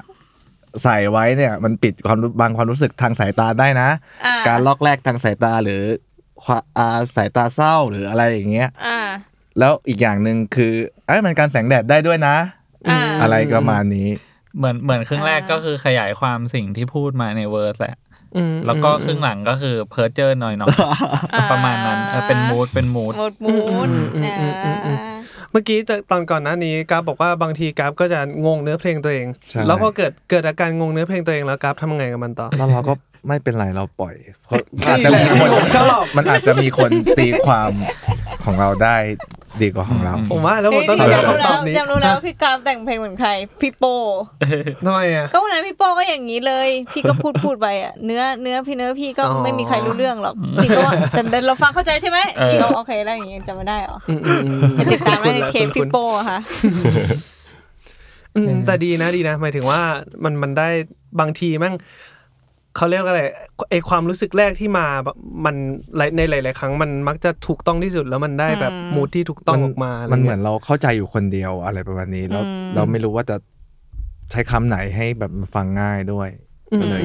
ใส่ไว้เนี่ย มันปิดความรู้บางความรู้สึกทางสายตาได้นะ
อ่า
การลอกแรกทางสายตาหรือควาอ่าสายตาเศร้าหรืออะไรอย่างเงี้ย
อ่า
แล้วอีกอย่างหนึ่งคือเอ้ยมันการแสงแดดได้ด้วยนะ
อ่า
อะไรประมาณนี้
เหมือนเหมือนครึ่งแรก
อ่า
ก็คือขยายความสิ่งที่พูดมาในเวอร์สแหละ
อืม
แล้วก็ครึ่งหลังก็คือเพิร์เจอร์หน่อยหน่อย
อ่
ประมาณนั้นเออเป็นมูดเป็นมูด
หมดมูด
อืมอืม
นะ
อืมอืมอืม เมื่อกี้แต่ตอนก่อนหน้านี้กราฟบอกว่าบางทีกราฟก็จะงงเนื้อเพลงตัวเอง
ใช่
แล้วพอเกิดเกิดอาการงงเนื้อเพลงตัวเองแล้วกราฟทำไงกับมันต่อ
แล้วเราก็ไม่เป็นไรเราปล่อยเพราะอาจจะมีคน
ผมชอบ
มันอาจจะมีคนตีความของเราได้ดีกว่าของเรา
อื
ผมว่าแล้วผม
เฮ้ย
ต้อง
นี่จำ
ทำ
รู้แล้
คำตอ
ว
บนี้
จำรู้แล้วพี่กราฟแต่งเพลงเหมือนใคร พี่โป
ทำไมอ่ะ
ก็วันนั้นพี่โปก็อย่างนี้เลย พี่ก็พูดพูดไปอะเนื้อเนื้อพี่เนื้อพี่ก็
อ๋อ
ไม่มีใครรู้เรื่องหรอกพี่ก็ว่าแต่แต่เราฟังเข้าใจใช่ไหม
เออ
พี่ก็โอเคแล้วอย่างงี้จำไม่ได้เหรอไปติดตามได้ในเคปพี่โปอะค่ะ
อืมแต่ดีนะดีนะ หมายถึงว่ามันมันได้บางทีแมั่งเขาเรียกว่าอะไรไอความรู้สึกแรกที่มาแบบมันหลายในหลาย ๆ ครั้งมันมักจะถูกต้องที่สุดแล้วมันได้แบบ
อืม
มูดที่ถูกต้องออกมา
มันเห
ะไรงี้
มือย นเราเข้าใจอยู่คนเดียวอะไรประมาณนี้แล้ว
อืม
เราไม่รู้ว่าจะใช้คำไหนให้แบบมันฟังง่ายด้วยก็เลย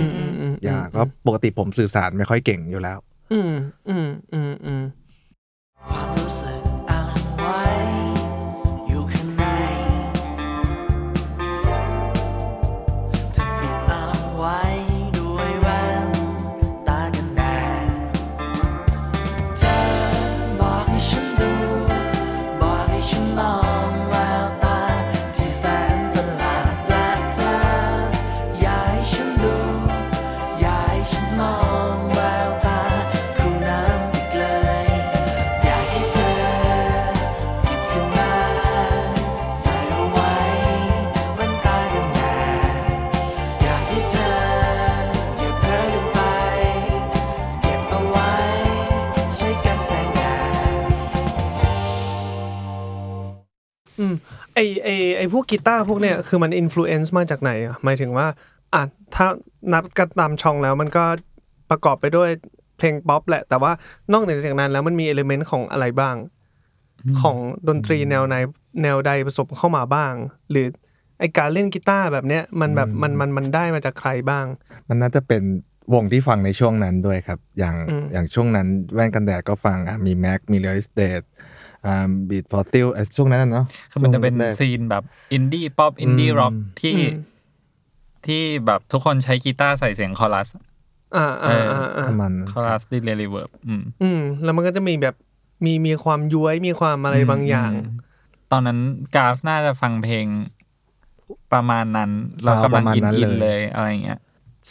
อยากก็ปกติผมสื่อสารไม่ค่อยเก่งอยู่แล้ว
อืมอืมอืมอืม
ความรู้สึกอ่านไว้อยู่ข้างในถึงปิดอ่านไว้ด้วยแว่นตากันแดดเธอบอกให้ฉันดู บอกให้ฉันมองแววตาที่แสนประหลาดและเธออยากให้ฉันดู อยากให้ฉันมองแววตาคู่นั้นอีกเลย อยากให้เธอหยิบขึ้นมาใส่เอาไว้บนตากันแดดอยากให้เธออย่าเพ้อเดินไป เก็บเอาไว้ใช้กันแสงแดด
อืมไอไอไอพวกกีตาร์พวกเนี้ยคือมันอิม l u เอนซ์มาจากไหนอ่ะหมายถึงว่าอ่ะถ้านับกันตามช่องแล้วมันก็ประกอบไปด้วยเพลงป๊อปแหละ แต่ว่านอกเหนือจากนั้นแล้วมันมีเอลิเมนต์ของอะไรบ้าง ของดนตรีแนวไหนแนวใดผสมเข้ามาบ้าง หรือไอการเล่นกีตาร์แบบเนี้ยมันแบบมันมันมันได้มาจากใครบ้าง
มันน่าจะเป็นวงที่ฟังในช่วงนั้นด้วยครับ อย่าง
อืม
อย่างช่วงนั้นแว่นกันแดดก็ฟังอ่ะมีแม็กมีเล i สเตดอ่าบีทฟอสซิลช่วงนั้นนะเนาะ
คือมันจะเป็น
ช่วงแรก
ซีนแบบอินดี้ป๊อปอินดี้
อืม
ร็อกที่
อืม
ที่แบบทุกคนใช้กีตาร์ใส่เสียงคอรัส
อ่าอ่า
เออ
อ่าอ่า
ประมัน
คอรัสดีเลย์รีเวิร์บอืม
อืมแล้วมันก็จะมีแบบมีมีความย้วยมีความอะไรบางอย่าง
มตอนนั้นกราฟน่าจะฟังเพลงประมาณนั้น เรากำลังอิน
ประมาณนั้น
อิน
เล
เลย ยอะไรอย่างเงี้ย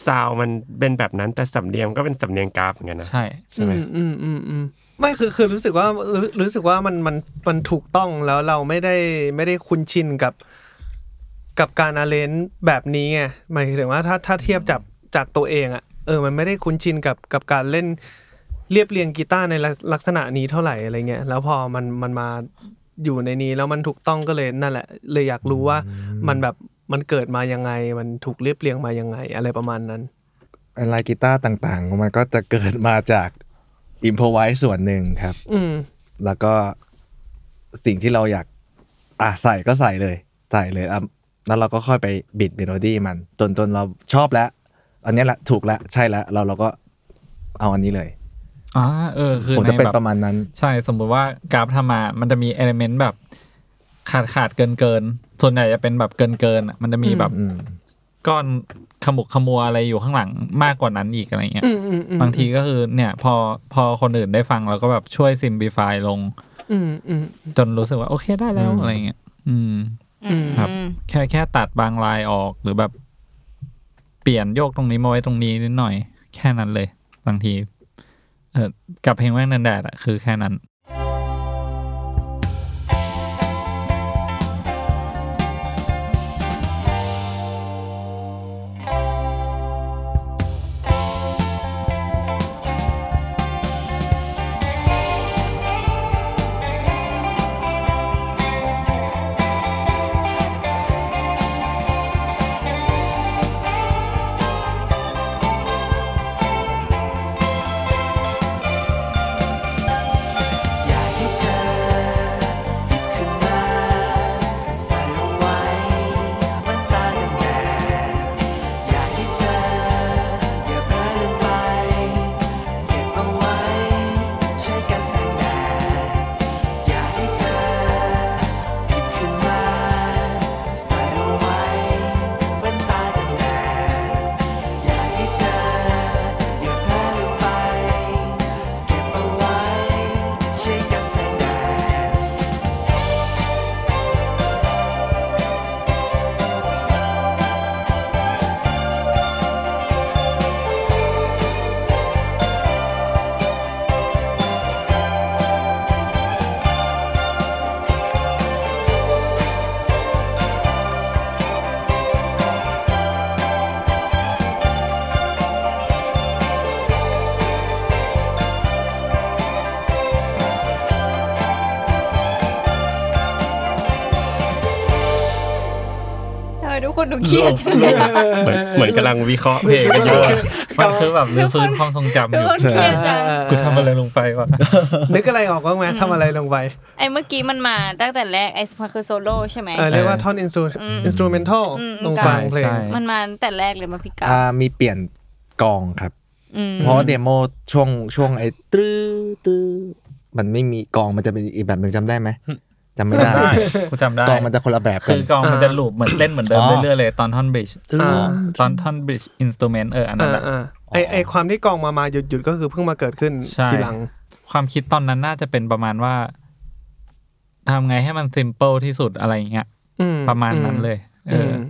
ซาวด์มันเป็นแบบนั้นแต่สำเนียงก็เป็นสำเนียงกราฟเหมือนกันนะ
ใช่
ใช่ไหม
อืมอืมอืมไม่คือคือรู้สึกว่ารู้รู้สึกว่ามันมันมันถูกต้องแล้วเราไม่ได้ไม่ได้คุ้นชินกับ กับการอาเลนแบบนี้ไงหมายถึงว่าถ้าถ้าเทียบจากจากตัวเองอะเออมันไม่ได้คุ้นชินกับกับการเล่น เรียบเรียงกีตาร์ในลักษณะนี้เท่าไหร่อะไรเงี้ยแล้วพอมันมันมาอยู่ในนี้แล้วมันถูกต้องก็เลยนั่นแหละ เลยอยากรู้ว่ามันแบบมันเกิดมายังไง มันถูกเรียบเรียงมายังไง อะไรประมาณนั้น
ลายกีตาร์ต่างๆ มันก็จะเกิดมาจากอิมพอไว้ส่วนหนึ่งครับ
อืม
แล้วก็สิ่งที่เราอยากอ่ะใส่ก็ใส่เลย ใส่เลยอ่ะแล้วเราก็ค่อยไปบิดเมโลดี้มัน จนจนเราชอบแล้ว อันเนี้ยแหละถูกแล้ว ใช่แล้ว เราเราก็เอาอันนี้เลย
อ๋อเออ คือ
ผม
ใน
จะเป็น
แบบ
ประมาณนั้น
ใช่สมมุติว่ากราฟทำมามันจะมีเอลเมนต์แบบขาดขาดเกินเกินๆส่วนใหญ่จะเป็นแบบเกินเกินๆอะมันจะมี
อืม
แบบ
อืม
ก้อนขมุกขมัวอะไรอยู่ข้างหลังมากกว่านั้นอีกอะไรเงี้ย
อืมอืมอืม
บางทีก็คือเนี่ยพอพอคนอื่นได้ฟังเราก็แบบช่วยซิมพลิฟายลง
อืมอืม
จนรู้สึกว่าโอเคได้แล้ว
อืม
อะไรเงี้ยอืม
อืม
ครับ แค่แค่ตัดบางลายออกหรือแบบ เปลี่ยนโยกตรงนี้มาไว้ตรงนี้นิดหน่อย แค่นั้นเลย บางที เออกับเพลงแว่งนันแดดอะคือแค่นั้น
อยากให้เธอหยิบขึ้นมา ใส่เอาไว้มันตากันแดดอยากให้เธออย่าเพ้อลืมไป เก็บเอาไว้ใช้กันแสงแดดอยากให้เธอหยิบขึ้นมา ใส่เอาไว้มันตากันแดดอยากให้เธออย่าเพ้อลืมไป เก็บเอาไว้ใช้กันแสงแดด
ทำไมทุกคนดูเครียดจังเลยอะ
เหมือนเหมือนกำลังวิเคราะห์เพลงกันอยู่อะ
มันคือแบบรื้อฟื้นความทรงจำอ
ทุก
ยู่
คนเครียดจัง
กูทำอะไรลงไปวะ
<laughs> นึกอะไรออกบ้างไหมทำอะไรลงไป
ไอ้เมื่อกี้มันมาตั้งแต่แรกไอ้มันคือโซโล่ใช่ไหม
เออเรียกว่าท่อนอินสตู
อืม
อินสตูเมนทัล
อืม
ตรงกลางเพลง
ใช่ใช่
มันมาตั้งแต่แรกเลยมาพิกา
อ่ามีเปลี่ยนกองครับ
อืม
เพราะว่าเดโมช่วงช่วงไอ้ตื้อตื้อมันไม่มีกองมันจะเป็นอีกแบบหนึ่งจำได้ไหมจำไม่ได้
ได้กูจำได้
กองมันจะคนละแบบกั
คื
น
อกองมันจะลูปเหมือนเล่นเหมือนเดิม
อ๋อ
เรื่อยๆเลยตอนท่อนบริดจ์
ตื้อ
อ่า
ตอนท่อนบริดจ์อินสตูเมนต์เอออันนั้นแหละ
อ่าๆไอไอความที่กองมา มาหยุดหยุดๆก็คือเพิ่งมาเกิดขึ้น
ใช่
ทีหลัง
ความคิดตอนนั้นน่าจะเป็นประมาณว่าทำไงให้มันซิมเ l ิลที่สุดอะไรอย่างเงี้ย
อื
ประมาณนั้นเลย เออ
ม
อ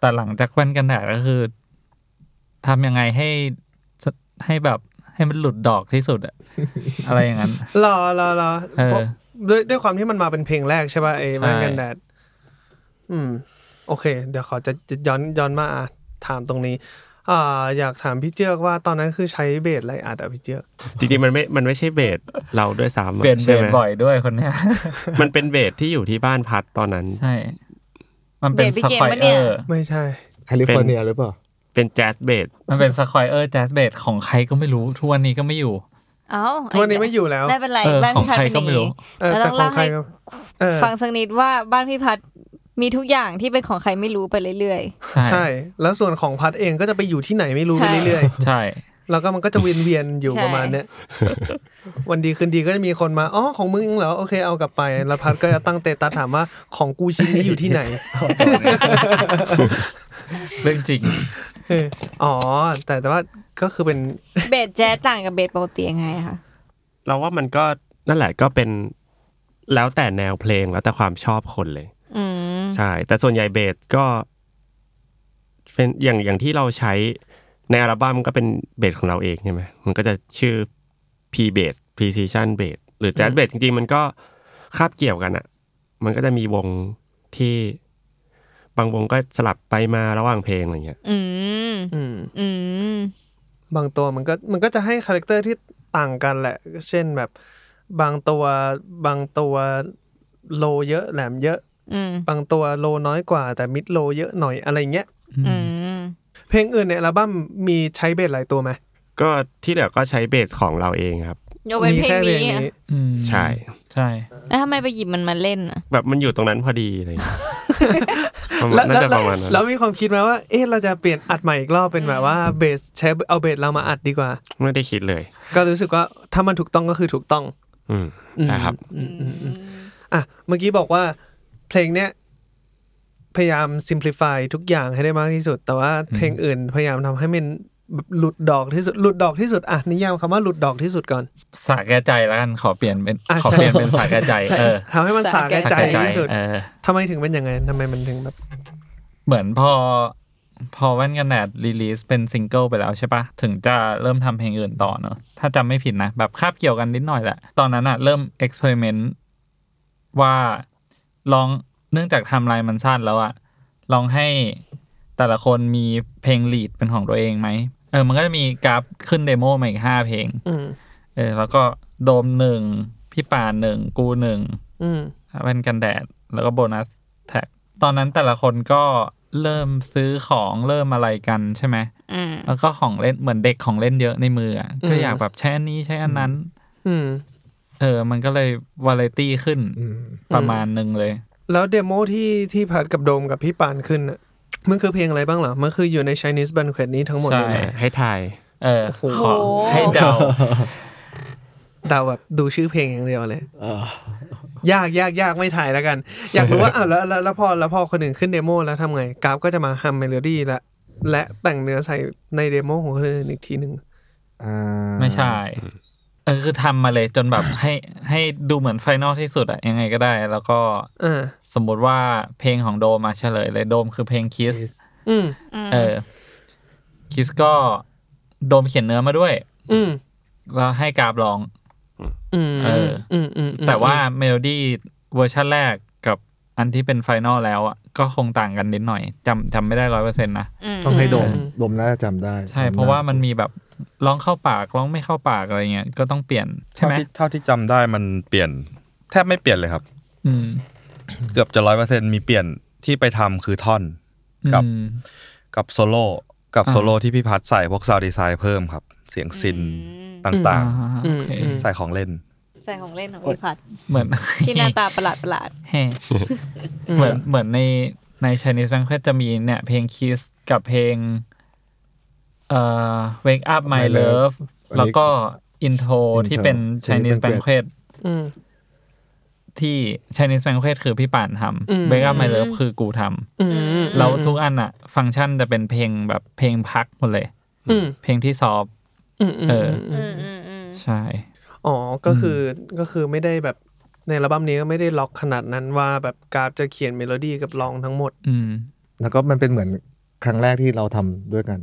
แต่หลังจากแว่นกันแดดก็คือทำยังไงให้สให้แบบให้มันหลุดดอกที่สุดอะ อะไรอย่างนั้น
รอรอรอ
เออ
ด้วยด้วยความที่มันมาเป็นเพลงแรกใช่ป่ะไอ
ใช่
แม่งกันแดดอืม โอเค เดี๋ยวขอจะจะย้อนย้อนมาอ่ะถามตรงนี้ อ่า อยากถามพี่เจือกว่าตอนนั้นคือใช้เบสอะไรอัดอ่ะพี่เจือก
จริงๆมันไม่ มันไม่ใช่เบสเราด้วยซ้ำอะ
เปลี่ยนเบ
ใช่
ส
ไหม
บ่อยด้วยคนเนี้ย <laughs>
มันเป็นเบสที่อยู่ที่บ้านพัดตอนนั้น
ใช่ มันเป็น
เบสพี่
ส
เกม
ควอ
ปะ
เอ
เนี่ย
อร์
ไม่ใช่
แคลิฟอร์เนียหรือเปล่า
เป็นแจ๊สเบส
มันเป็นสควอเออร์แจ๊สเบสของใครก็ไม่รู้ทุกวันนี้ก็ไม่อยู่
เอ้า
ทุกวันนี้ไม่อยู่แล้ว
ไม่เป็นไร
เออ
บ้าน
ของ
พี่พัด
ใคร
เป็นอย่าง
ก็ไม่รู้
นี้
เออ
แล้ว
แต่
ต้อง
ขอ
เล่าง
ใคร
ให้
ก็เออ
ฟังสักนิดว่าบ้านพี่พัดมีทุกอย่างที่เป็นของใครไม่รู้ไปเรื่อย
ใช่
ใช่ แล้วส่วนของพัดเองก็จะไปอยู่ที่ไหนไม่รู้ไปเรื่อยๆ
ใช่
แล้วก็มันก็จะเวียนเวียนๆอยู่ประมาณเนี้ย วันดีคืนดีก็จะมีคนมา อ๋อ ของมึงเองเหรอ โอเค เอากลับไป แล้วพัดก็จะตั้งเตตัสถามว่า ของกูชิ้นนี้อยู่ที่ไหน
เรื่องจริง
เอออ๋อ แต่แต่ว่าก็คือเป็น
ๆ เบสแจ๊สต่างกับเบสปกติยังไงอะคะ
เราว่ามันก็นั่นแหละก็เป็นแล้วแต่แนวเพลงแล้วแต่ความชอบคนเลย
อืม
ใช่ แต่ส่วนใหญ่เบสก็เป็นอย่างอย่างที่เราใช้ในอัลบั้มก็เป็นเบสของเราเองใช่ไหมมันก็จะชื่อ P bass precision bass หรือ jazz bass จริงๆ มันก็คาบเกี่ยวกันอะมันก็จะมีวงที่บางวงก็สลับไปมาระหว่างเพลงอะไรเงี้ย
อืม
อืม
อืม
บางตัวมันก็มันก็จะให้คาแรคเตอร์ที่ ต่างกันแหละ เช่นแบบบางตัวบางตัวโลเยอะแหลมเยอะ
อืม
บางตัวโลน้อยกว่า แต่มิดโลเยอะหน่อยอะไรเงี้ย
อืม
เพลงอื่นในอัลบั้มมีใช้เบสหลายตัวไหม
ก็ที่เหลือก็ใช้เบสของเราเองครับ
ยกเป็น
มี
เพลง
แค่เพลง
นี้อะ
นี้
อืม
ใช่
ใช่
แล้วทำไมไปหยิบมันมาเล่นอ่ะ
แบบมันอยู่ตรงนั้นพอดีอะไรอย่างเงี้ยประมา
แล้
ณ
ว
น่า
แล้ว
จะประมาณนั้น
แล้วมีความคิดไหมาว่า เอ๊ะเราจะเปลี่ยนอัดใหม่อีกรอบเป็นแบบว่าเบสใช้เอาเบสเรามาอัดดีกว่า
ไม่ได้คิดเลย
ก็รู้สึกว่าถ้ามันถูกต้องก็คือถูกต้อง
อืม
อืม
ใช่ครับ
อืมอืมอืมอ่ะเมื่อกี้บอกว่าเพลงเนี้ยพยายาม simplify ทุกอย่างให้ได้มากที่สุด แต่ว่าเพลงอื่นพยายามทำให้มันแบบหลุดดอกที่สุดหลุดดอกที่สุดอ่ะนิยามคำว่าหลุดดอกที่สุดก่อน
สาแก่ใจแล้วกันขอเปลี่ยนเป็น
อ่ะ
ขอเปลี่ยน
ใช่
เป็นสาแก่ใจเออ
ทำให้มันสาแก่ใจ
สาแก่ใจ
ที่สุด
เออ
ทำไมถึงเป็นอย่างไงทำไมมันถึงแบบ
เหมือนพอพอแว่นกันแดดรีลีสเป็นซิงเกิลไปแล้วใช่ปะถึงจะเริ่มทำเพลงอื่นต่อเนอะถ้าจำไม่ผิดนะ แบบคาบเกี่ยวกันนิดหน่อยแหละ ตอนนั้นอะเริ่มเอ็กซ์เพร์เมนต์ว่าลองเนื่องจากไทำลายมันสั้นแล้วอะลองให้แต่ละคนมีเพลงลีดเป็นของตัวเองไหมเออมันก็จะมีกราฟขึ้นเดโมมาอีกห้าเพลง
อืม
เออแล้วก็โดมหนึ่งพี่ป่านหนึ่งกูหนึ่ง
อืม
แว่นกันแดดแล้วก็โบนัสแท็ก ตอนนั้นแต่ละคนก็เริ่มซื้อของเริ่มอะไรกันใช่ไหม
อืม
แล้วก็ของเล่นเหมือนเด็กของเล่นเยอะในมืออะก็
อืม
อยากแบบใช้อันนี้ใช้อันนั้น
อืม
เออ มันก็เลยวาไรตี้ขึ้นประมาณหนึ่งเลย
แล้วเดโมที่ที่พัดกับโดมกับพี่ปานขึ้นน่ะมันคือเพลงอะไรบ้างเหรอ มันคืออยู่ใน Chinese Banquet นี้ทั้งหมดเลย
ใช่
นะ
ให้ทาย
เออ
โอ้โห
ขอให้เดา
เดาแบบดูชื่อเพลงอย่างเดียวเลยยากยากยากไม่ถ่ายแล้วกัน อยากรู้
<laughs>
ว่า อ้าวแล้วแล้วแล้วพอแล้วพอคนอื่นขึ้นเดโมแล้วทำไงกราฟก็จะมาฮัมเมโลดี้ละและแต่งเนื้อใส่ในเดโมของคนอื่นอีกทีหนึ่ง
อ่า
ไม่ใช่ เออ คือทำมาเลยจนแบบให้ให้ดูเหมือนไฟนอลที่สุดอะยังไงก็ได้ แล้วก็
อ่า
สมมุติว่าเพลงของโดมมาเฉลยเลยโดมคือเพลงคิส
อืม
เออคิสก็โดมเขียนเนื้อมาด้วย
อืม
แล้วให้กราฟร้อง
อืม
เออ
อืมอืมอืม
แต่ว่าเมโลดี้เวอร์ชันแรกกับอันที่เป็นไฟนอลแล้วอะก็คงต่างกันนิดหน่อยจำจำไม่ได้ร้อยเปอร์เซ็นต์นะ
อืม
ต้องให้ดมดมน่าจะจำได้
ใช่ เพราะว่ามันมีแบบร้องเข้าปากร้องไม่เข้าปากอะไรเงี้ยก็ต้องเปลี่ยนใช่
เท่า
ไหม
ที่เท่าที่จำได้มันเปลี่ยน แทบไม่เปลี่ยนเลยครับ
อืม
เกือบจะร้อยเปอร์เซ็นมีเปลี่ยนที่ไปทำคือท่อน ครับ
อืม
กับโซโล่กับ
อ่า
โซโล่ที่พี่พัดใส่พวกซาวดีไซน์เพิ่มครับ เสียงซินต่าง
อ่โอเค
ๆ ใส่ของเล่น
ใส่ของเล่นของพี่พัด
เหมือน <laughs>
ที่หน้าตาประหลาดประหลาด
แฮ่เหมือนเหมือนในใน Chinese Banquet จะมีเนี่ยเพลง Kiss กับเพลงเอ่อ Wake Up My Love
อันนี้
แล้วก็อินโทรที่เป็น
Chinese
Chinese Banquet
Banquet
อืม
ที่ Chinese Banquet คือพี่ป่านท
อืม
ำ Wake Up My Love คือกูท
อืมอืม
ำแล้วทุกอันอะฟังก์ชันจะเป็นเพลงแบบเพลงพักหมดเลย
อืม
เพลงที่ซอฟต์
อืมอืม
เออ
ๆ
ม
Ừ,
อืมอืมอืม
ใช่
อ๋อ ก็คืออก็คือไม่ได้แบบในอัลบั้มนี้ก็ไม่ได้ล็อกขนาดนั้นว่าแบบกราฟจะเขียนเมโลดี้กับร้องทั้งหมด
อืม
แล้วก็มันเป็นเหมือนครั้งแรกที่เราทำด้วยกัน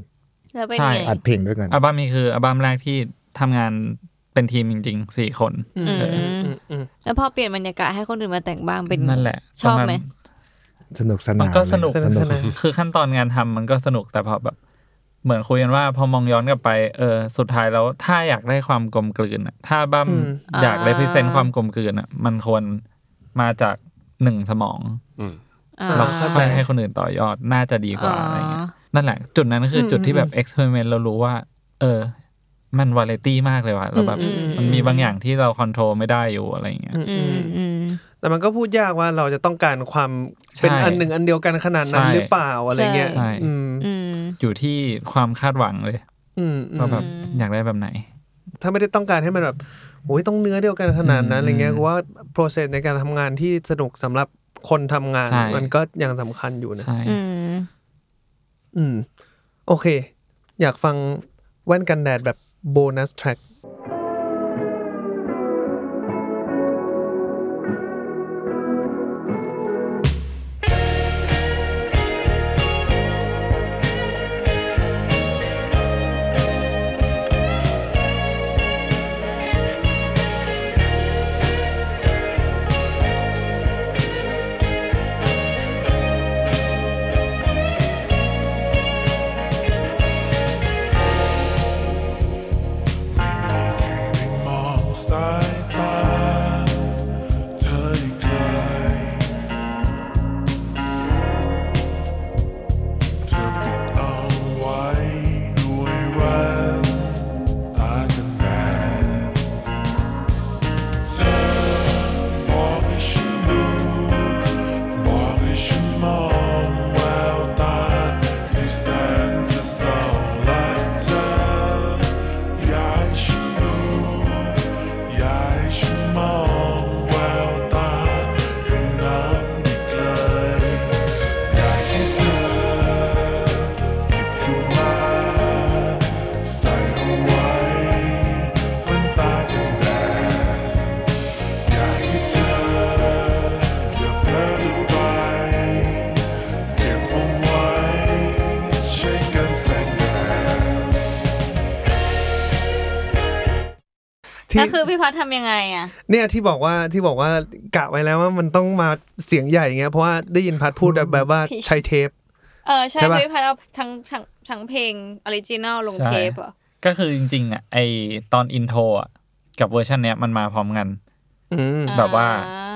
แล้วเป็น
ใช่
ไง
อัดเพลงด้วยกัน
อัลบั้มนี้คืออัลบั้มแรกที่ทำงานเป็นทีมจริงๆสี่คน
อืม
อืม
อืมอืม
แล้วพอเปลี่ยนบรรยากาศให้คนอื่นมาแต่งบ้างเป็นไง
นั่นแหละ
ชอบไหม
ประาณ
สนุกสนาน
มันก็สนุก
เลยสนุก
<laughs> คือขั้นตอนงานทำมันก็สนุกแต่พอแบบ เหมือนคุยกันว่าพอมองย้อนกลับไปเออสุดท้ายแล้วถ้าอยากได้ความกลมกลืนอะถ้าบั้มอยาก
อ่า
ได้พิเศษความกลมกลืนอ่ะ มันควรมาจากหนึ่งสมอง
อืม
อ่า
แล้วค่อยให้คนอื่นต่อยอดน่าจะดีกว่า
อ่า
อะไรเงี้ยนั่นแหละ จุดนั้นคือจุดที่แบบเอ็กซ์เพร์เมนต์เรารู้ว่า เออ มันวาเลตี้มากเลยว่ะเราแบบ มันมีบางอย่างที่เราคอนโทรลไม่ได้อยู่อะไรเงี้ย
อืม
อื
อื
ม
ม
อืม
แต่มันก็พูดยากว่าเราจะต้องการความเป็น
ใช่
อันหนึ่งอันเดียวกันขนาดนั้น
ใช่
หรือเปล่าอะไรเงี้ย
ใช่
อืม
อืม
อยู่ที่ความคาดหวังเลย
อืมอืม
ว่าแบบอยากได้แบบไหน
ถ้าไม่ได้ต้องการให้มันแบบโอ้ยต้องเนื้อเดียวกันขนาดนั้น
อืม
อะไรเงี้ยกูว่า process ในการทำงานที่สนุกสำหรับคนทำงาน
ใช่
มันก็ยังสำคัญอยู่นะ
ใช่
อืม
อืม โอเค อยากฟังแว่นกันแดดแบบโบนัสแทร็ก
I
ที่
แล้วคือพี่พัฒน์ทำยังไงอ่ะ
เนี่ยที่บอกว่าที่บอกว่ากะไว้แล้วว่ามันต้องมาเสียงใหญ่อย่างเงี้ยเพราะว่าได้ยินพัดพูดแบบว่า
พี่
ใช้เทป
เออใช่
ใช่ปะ
พี่พัฒน์เอาทั้งทั้งทั้งเพลงออริจินัลลง
ใช่
เทปเหรอ่ะ
ก็คือจริงๆอ่ะไอตอนอินโทรอ่ะกับเวอร์ชันเนี้ยมันมาพร้อมกัน
อืม
แบบว่า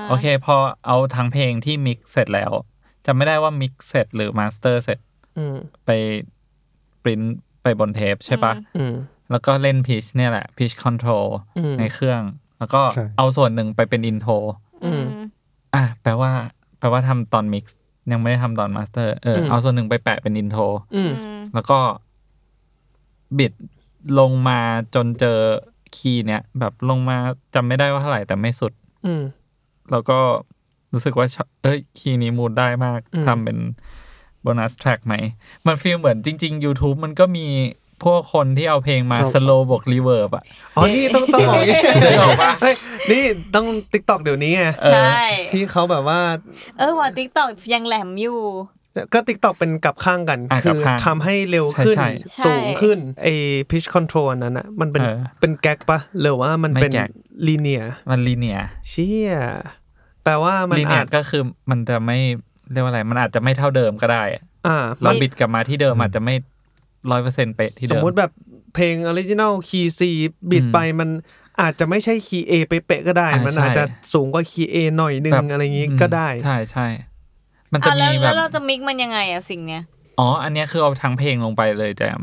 โอเคพอเอาทั้งเพลงที่มิกซ์เสร็จแล้วจำไม่ได้ว่ามิกซ์เสร็จหรือมาสเตอร์เสร็จ
อืม
ไปปริ้นไปบนเทปใช่ปะ
อืม
แล้วก็เล่นพิชเนี่ยแหละพิชคอนโทรล
อืม
ในเครื่อง แล้วก็
ใช่
เอาส่วนหนึ่งไปเป็นอินโทร
อืม
อ่ะแปลว่า แปลว่าทำตอนมิกซ์ยังไม่ได้ทำตอนมาสเตอร์เอออ
ม
เอาส่วนหนึ่งไปแปะเป็นอินโทร
อืม
แล้วก็บิดลงมาจนเจอคีย์เนี้ยแบบลงมาจำไม่ได้ว่าเท่าไหร่แต่ไม่สุด
อืม
แล้วก็รู้สึกว่าชอบเอ้ย คีย์นี้มูดได้มาก
อืม
ทำเป็นโบนัสแทร็กไหม มันฟีลเหมือนจริง ๆ YouTube มันก็มีพวกคนที่เอาเพลงมาสโลบวกรีเวิร์บอะ
อ๋อนี่ต้องต้องบอกนี่
นึกออกปะ
เฮ้ยนี่ต้องติ๊กตอกเดี๋ยวนี้ไง
เออ
ใช่
ที่เขาแบบว่า
เออว่าติ๊กตอกยังแหลมอยู่
ก็ t ิ k กตอกเป็นกลับข้างกัน
อ่ะ
คื
กลับข้าง
ทำให้เร็วขึ้น
ใช่
ใช่
สูงขึ้นไอพิชคอนโทรลนั้นอ่ะมันเป็น
เออ
เป็นแก๊กปะหรือว่ามัน
ไม่
เป็น
แก๊ก
ลีเนีย
มันลีเนีย
เชี่ยแปลว่ามัน
ลีเนี
อาย จ
ก็คือมันจะไม่เรียกว่าอะไร มันอาจจะไม่เท่าเดิมก็ได้อะ
อ่า
เรา
มัน
บิดกลับมาที่เดิมอาจจะไม่ร้อยเปอร์เซ็นต์เป๊ะ
ส
ที่
ม
เดิม
มุติแบบเพลงออริจินัลคีย์ซีบิด
อืม
ไปมันอาจจะไม่ใช่คีย์เอเป๊ะๆก็ได้
อ่ะ
มัน
ใช่
อาจจะสูงกว่าคีย์เอหน่อยนึง
แบบ
อะไรอย่างงี้ก็ได้
ใช่ใช่มันจะ
อ่ะ
มี
แล้ว
แบ
แล้ว
บ
เราจะมิกมันยังไงอ่ะสิ่งเนี้ย
อ๋ออันเนี้ยคือเอาทั้งเพลงลงไปเลยแจม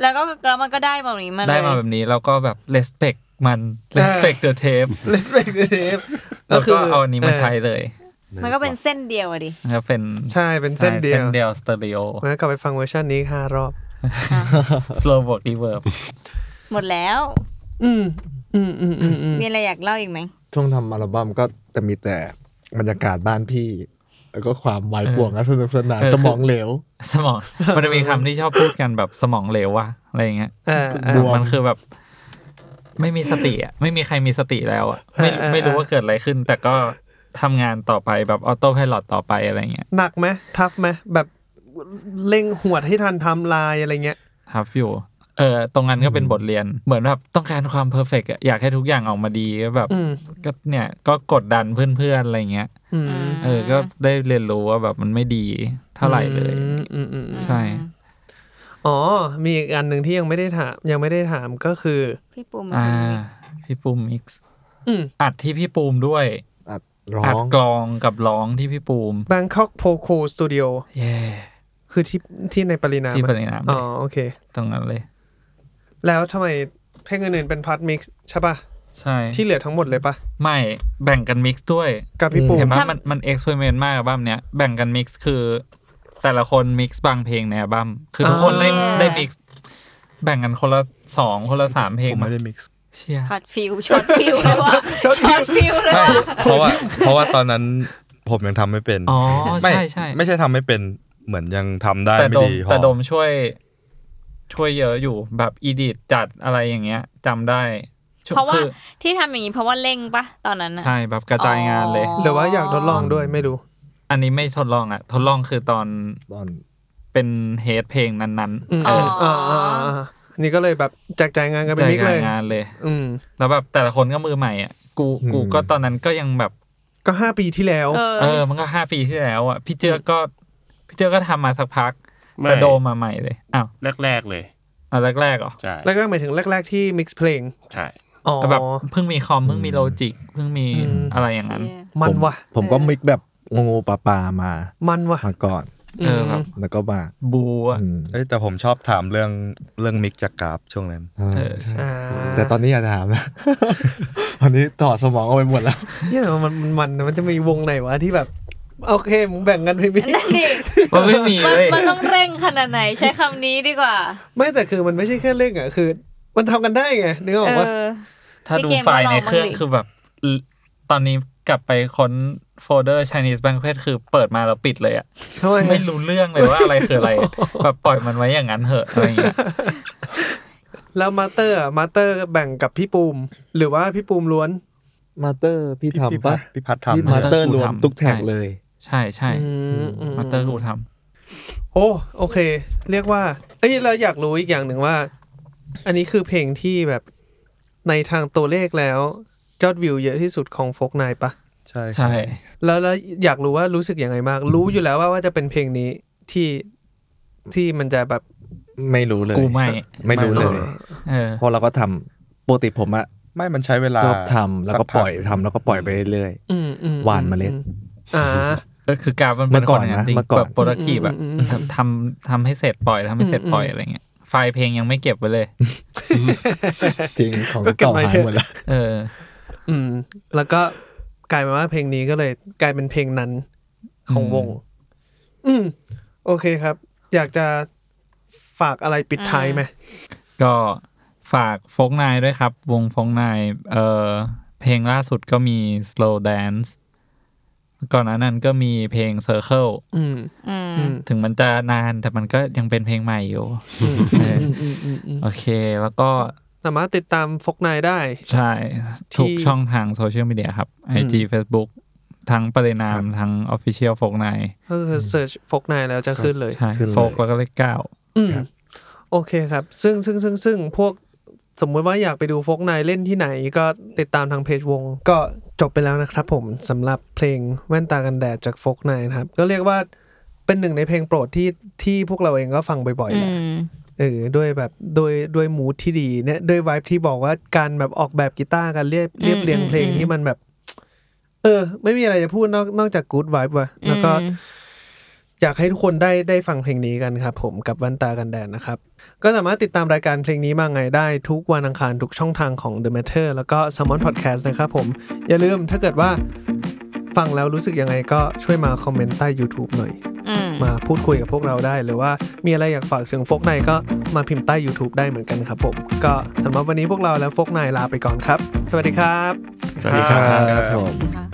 แล้วก็แล้วมันก็ได้แบบนี้มาเลย
ได้มาแบบนี้แล้วก็แบบ respect มัน respect the
<laughs>
tape
เลสเปกเทป
แล้วก็เอาอันนี้มาใช้เลย
มันก็เป็นเส้นเดียวอะดิ
ก็เป็น
ใช่เป็นเส้นเดีย
เส้
วน
เดียวสเตอ
<laughs>
ริโอ
งั้นกลับไปฟังเวอร์ชันนี้ห้ารอบ
slow walk reverb
หมดแล้ว
อืมอืมอืมอืมอืม
มีอะไรอยากเล่าอีกไหม
ช่วงทำอัลบั้มก็จะมีแต่บรรยากาศบ้านพี่ แล้วก็ความหมายป่วงและสนุกสนาน
เออ
จะมองเหลว
ส
<laughs>
มอง มันจะมีคำที่ชอบพูดกันแบบสมองเหลวว่ะอะไรอย่างเงี้ย
เออเออ
บวม
มันคือแบบ ไม่มีสติอ่ะ ไม่มีใครมีสติแล้วอ่ะไม่
เออเออ
ไม่รู้ว่าเกิดอะไรขึ้น แต่ก็ทำงานต่อไปแบบออโต้ไพลอตต่อไปอะไรเงี้ย
หนักไหมทัฟไหมแบบเร่งหวดให้ทันไทำลายอะไรเงี้ย
ทับอยู่ เออ ตรงนั้นก็เป็นบทเรียน เหมือนแบบต้องการความเพอร์เฟกต์อยากให้ทุกอย่างออกมาดีก็แบบ
อืม
ก็เนี่ยก็กดดันเพื่อนๆอะไรเงี้ย
อืม
เออ ก็ได้เรียนรู้ว่าแบบมันไม่ดีเท่าไหร่เลย
อืมอืมอืมอืม
ใช่
อ๋อ มีอีกอันหนึ่งที่ยังไม่ได้ถาม ยังไม่ได้ถามก็คือ
พี่ปูมา
อ่า
ทำมิก
พี่ปูมมิกซ์
อืม
อัดที่พี่ปูมด้วย
อัดร้อ
อัด
ง
กลองกับร้องที่พี่ปูม
Bangkok Poco Studio
เย้
คือที่ที่ในปรินา
ที่ป
มะ
รินาม
อ๋อ โอเค
ตรงนั้นเลย
แล้วทำไมเพลงอื่นๆเป็นพาร์ทมิกซ์ใช่ปะ
ใช่
ที่เหลือทั้งหมดเลยปะ
ไม่แบ่งกันมิกซ์ด้วย
กับพี่ปู
เห็นไหม
ทำ
มันมันเอ็กซ์เพร์เมนต์มากอัลบั้มเนี้ยแบ่งกันมิกซ์คือ แต่ละคนมิกซ์บางเพลงในอัลบั้มคือทุกคนได้
อ่า
ได้มิกซ์แบ่งกันคนละสองคนละสามเพลง
ผมไม่ได้มิกซ์
เชี่ย
ช็อตฟิวช็อต
<laughs>
ฟิวเลยว่าช็อตฟิวเลยว่า
เพราะว่าเพราะว่าตอนนั้นผมยังทำไม่เป็น
อ๋อ
ไม่
ใช่ใช่
ไม่ใช่ทำไม่เป็นเหมือนยังทำได้
แต่
ไม่
ดม
ดีพอ
แต่ดมช่วย ช่วยเยอะอยู่แบบอีดิทจัดอะไรอย่างเงี้ยจำได้ช่
เพราะว่า
คือ
ที่ทำอย่างนี้เพราะว่าเร่งปะตอนนั้นอะ
ใช่แบบกระจายงานเลย
อ๋
หรือว่าอยากทดลองด้วยไม่รู้
อันนี้ไม่ทดลองอ่ะ ทดลองคือตอน
ตอน
เป็นเฮดเพลงนั้น
อืมอ
ๆเออ
ออ่าอ่าอันนี้ก็เลยแบบแจกจ่ายงานกันเป็น
จ่าย
มิกซ์
งา
เล
น
ย
งานเลย
อืม
แล้วแบบแต่ละคนก็มือใหม่อ่ะกู
อืม
กูก็ตอนนั้นก็ยังแบบ
ก็ห้าปีที่แล้ว
เออ
เออ มันก็ห้าปีที่แล้วอ่ะพี่เจือก็พี่เจือก็ทำมาสักพัก
ไม่
แต่โดมมาใหม่เลยอ้าว
แรกๆเลย
เอาแรกๆเหรอ
ใช่
แรกๆหมายถึงแรก ๆ ที่มิกซ์เพลง
ใช่
อ๋อ
แล้วแบบเพิ่งมีคอมเพิ่งมีโลจิกเพิ่งมี
อืม
อะไรอย่างนั้น
มันว่ะ
ผมก็มิกแบบงูปลาปลามา
มันว่ะ
มาก่อน
เออแบบ
แล้วก็มา
บูอ่ะ
อืม
เอ้ยแต่ผมชอบถามเรื่องเรื่องมิกซ์จากกราฟช่วงนั้น
เออ
ใช่
อ่า
แต่ตอนนี้อย่าถามนะ <laughs> ตอนนี้ต่อดสมองเอาไปหมดแล้ว
เนี่ยแต่มันมันมันมันจะมีวงไหนวะที่แบบ โอเคมึงแบ่งกันไปมิกซ์
นี่
มันไม่มี
มัน
เลย
มันต้องเร่งขนาดไหนใช้คำนี้ดีกว่า
ไม่แต่คือมันไม่ใช่แค่เล่งอ่ะคือ มันทำกันได้ไงนึกอ
เอ
อกว่า
อ
ถ้าดู
พี่เกม
ไฟล์
ก็ลอง
ใน
บ้าง
เครื่อง
ดิ
คือแบบลตอนนี้กลับไปค้นโฟลเดอร์ Chinese Banquet คือเปิดมาแล้วปิดเลยอะ
ทำไม
ไม่รู้เรื่องเลยว่าอะไรคืออะไร แบบปล่อยมันไว้อย่างนั้นเถอะอะไรอย่างเงี้ย
แล้วมาเตอร์มาเตอร์แบ่งกับพี่ปูม หรือว่าพี่ปูมล้วน
มาเตอร์พี่ทำปะ
พี่พัด
พี่
ทำ
มา
นะ
เตอร์รวมทุกแท็กเลย
ใช่ใช่
อืมอืม
มาเตอร์กูท
โอ้โอเค เรียกว่า เอ้ยเราอยากรู้อีกอย่างหนึ่งว่า อันนี้คือเพลงที่แบบ ในทางตัวเลขแล้วยอดวิวเยอะที่สุดของโฟกนายปะ
ใช่ครับ
ใช่
แล้วแล้วอยากรู้ว่ารู้สึกยังไงมาก รู้อยู่แล้วว่าว่าจะเป็นเพลงนี้ที่ที่มันจะแบบ
ไม่รู้เลย
กูไม่
ไม่รู้เลย
เออ
เพราะเราก็ทำปกติผมอะ
ไม่มันใช้เวลา
ชอบทำแล้วก็
สัพั
ปล่อยทำแล้วก็ปล่อยไปเรื่อย
อืมอืม
หวานเมล็ด
อือ่า
ก็คือกราฟมัน
เมื่
เป็น
อก่อน
คย่าง
นะ
จริง
เมื่อก่อน
แบบโปรดักทีฟแบบ
อืมอืมอืม
ทำทำให้เสร็จปล่อยทำให้เสร็จปล่อย
อืมอืม
อะไรเงี้ยไฟล์เพลงยังไม่เก็บไว้เลย
ๆ จริงของ
ก็เก็บ
เก่า
ไว้
หาย
เถอะ
หมดแล้ว
เออ
อืม แล้วก็กลายมาว่าเพลงนี้ก็เลย กลายเป็นเพลงนั้นของวง อืม โอเคครับ อยากจะฝากอะไรปิดท้ายไหม
ก็ฝากโฟกนายด้วยครับ วงโฟกนายเออเพลงล่าสุดก็มี slow dance ก่อนหน้านั้นก็มีเพลง circle
อืม
อืม
อืม
ถึงมันจะนานแต่มันก็ยังเป็นเพลงใหม่อยู่
อืมอืมอืมอืมอืม
โอเค แล้วก็
สามารถติดตามฟกนายได้
ใช่
ที่
ทุกช่องทางโซเชียลมีเดียครับ IG
อืม
Facebook ทั้งประเดนามทั้ง Official โฟกนาย
ก็คือเสิร์ชฟกนายแล้วจะขึ้นเลย
ใช่โฟกแล้วก็เลขเก้า
อืม โอเคครับ ซึ่งซึ่งซึ่งซึ่งพวกสมมุติว่าอยากไปดูโฟกนายเล่นที่ไหน ก็ติดตามทางเพจวง ก็จบไปแล้วนะครับผมสำหรับเพลงแว่นตากันแดดจากโฟกนายนะครับ ก็เรียกว่าเป็นหนึ่งในเพลงโปรดที่ที่พวกเราเองก็ฟังบ่อยๆ
Ừ.
แหละ เออด้วยแบบด้วยด้วยมูทที่ดีเนี่ยด้วยไวท์ที่บอกว่าการแบบออกแบบกีตาร์การเรียบ
อืม
เรียบเรียงเพลง
อืม
ที่มันแบบ เออ ไม่มีอะไรจะพูดนอกนอกจากกู๊ดไวท์ว่ะแล้วก็ อยากให้ทุกคนได้ได้ฟังเพลงนี้กันครับผมกับวันตากันแดดนะครับ ก็สามารถติดตามรายการเพลงนี้มาไงได้ทุกวันอังคารทุกช่องทางของ The Matter แล้วก็ s ซ m o n Podcast นะครับผม อย่าลืมถ้าเกิดว่าฟังแล้วรู้สึกยังไงก็ช่วยมาคอมเมนต์ใต้ YouTube หน่อย
อืม
มาพูดคุยกับพวกเราได้ หรือว่ามีอะไรอยากฝากถึงโฟกในก็มาพิมพ์ใต้ YouTube ได้เหมือนกันครับผม ก็สำหรับวันนี้พวกเราและโฟกในลาไปก่อนครับ สวัสดีครับ
สวัสดีครับ
ครับผม
ค่ะ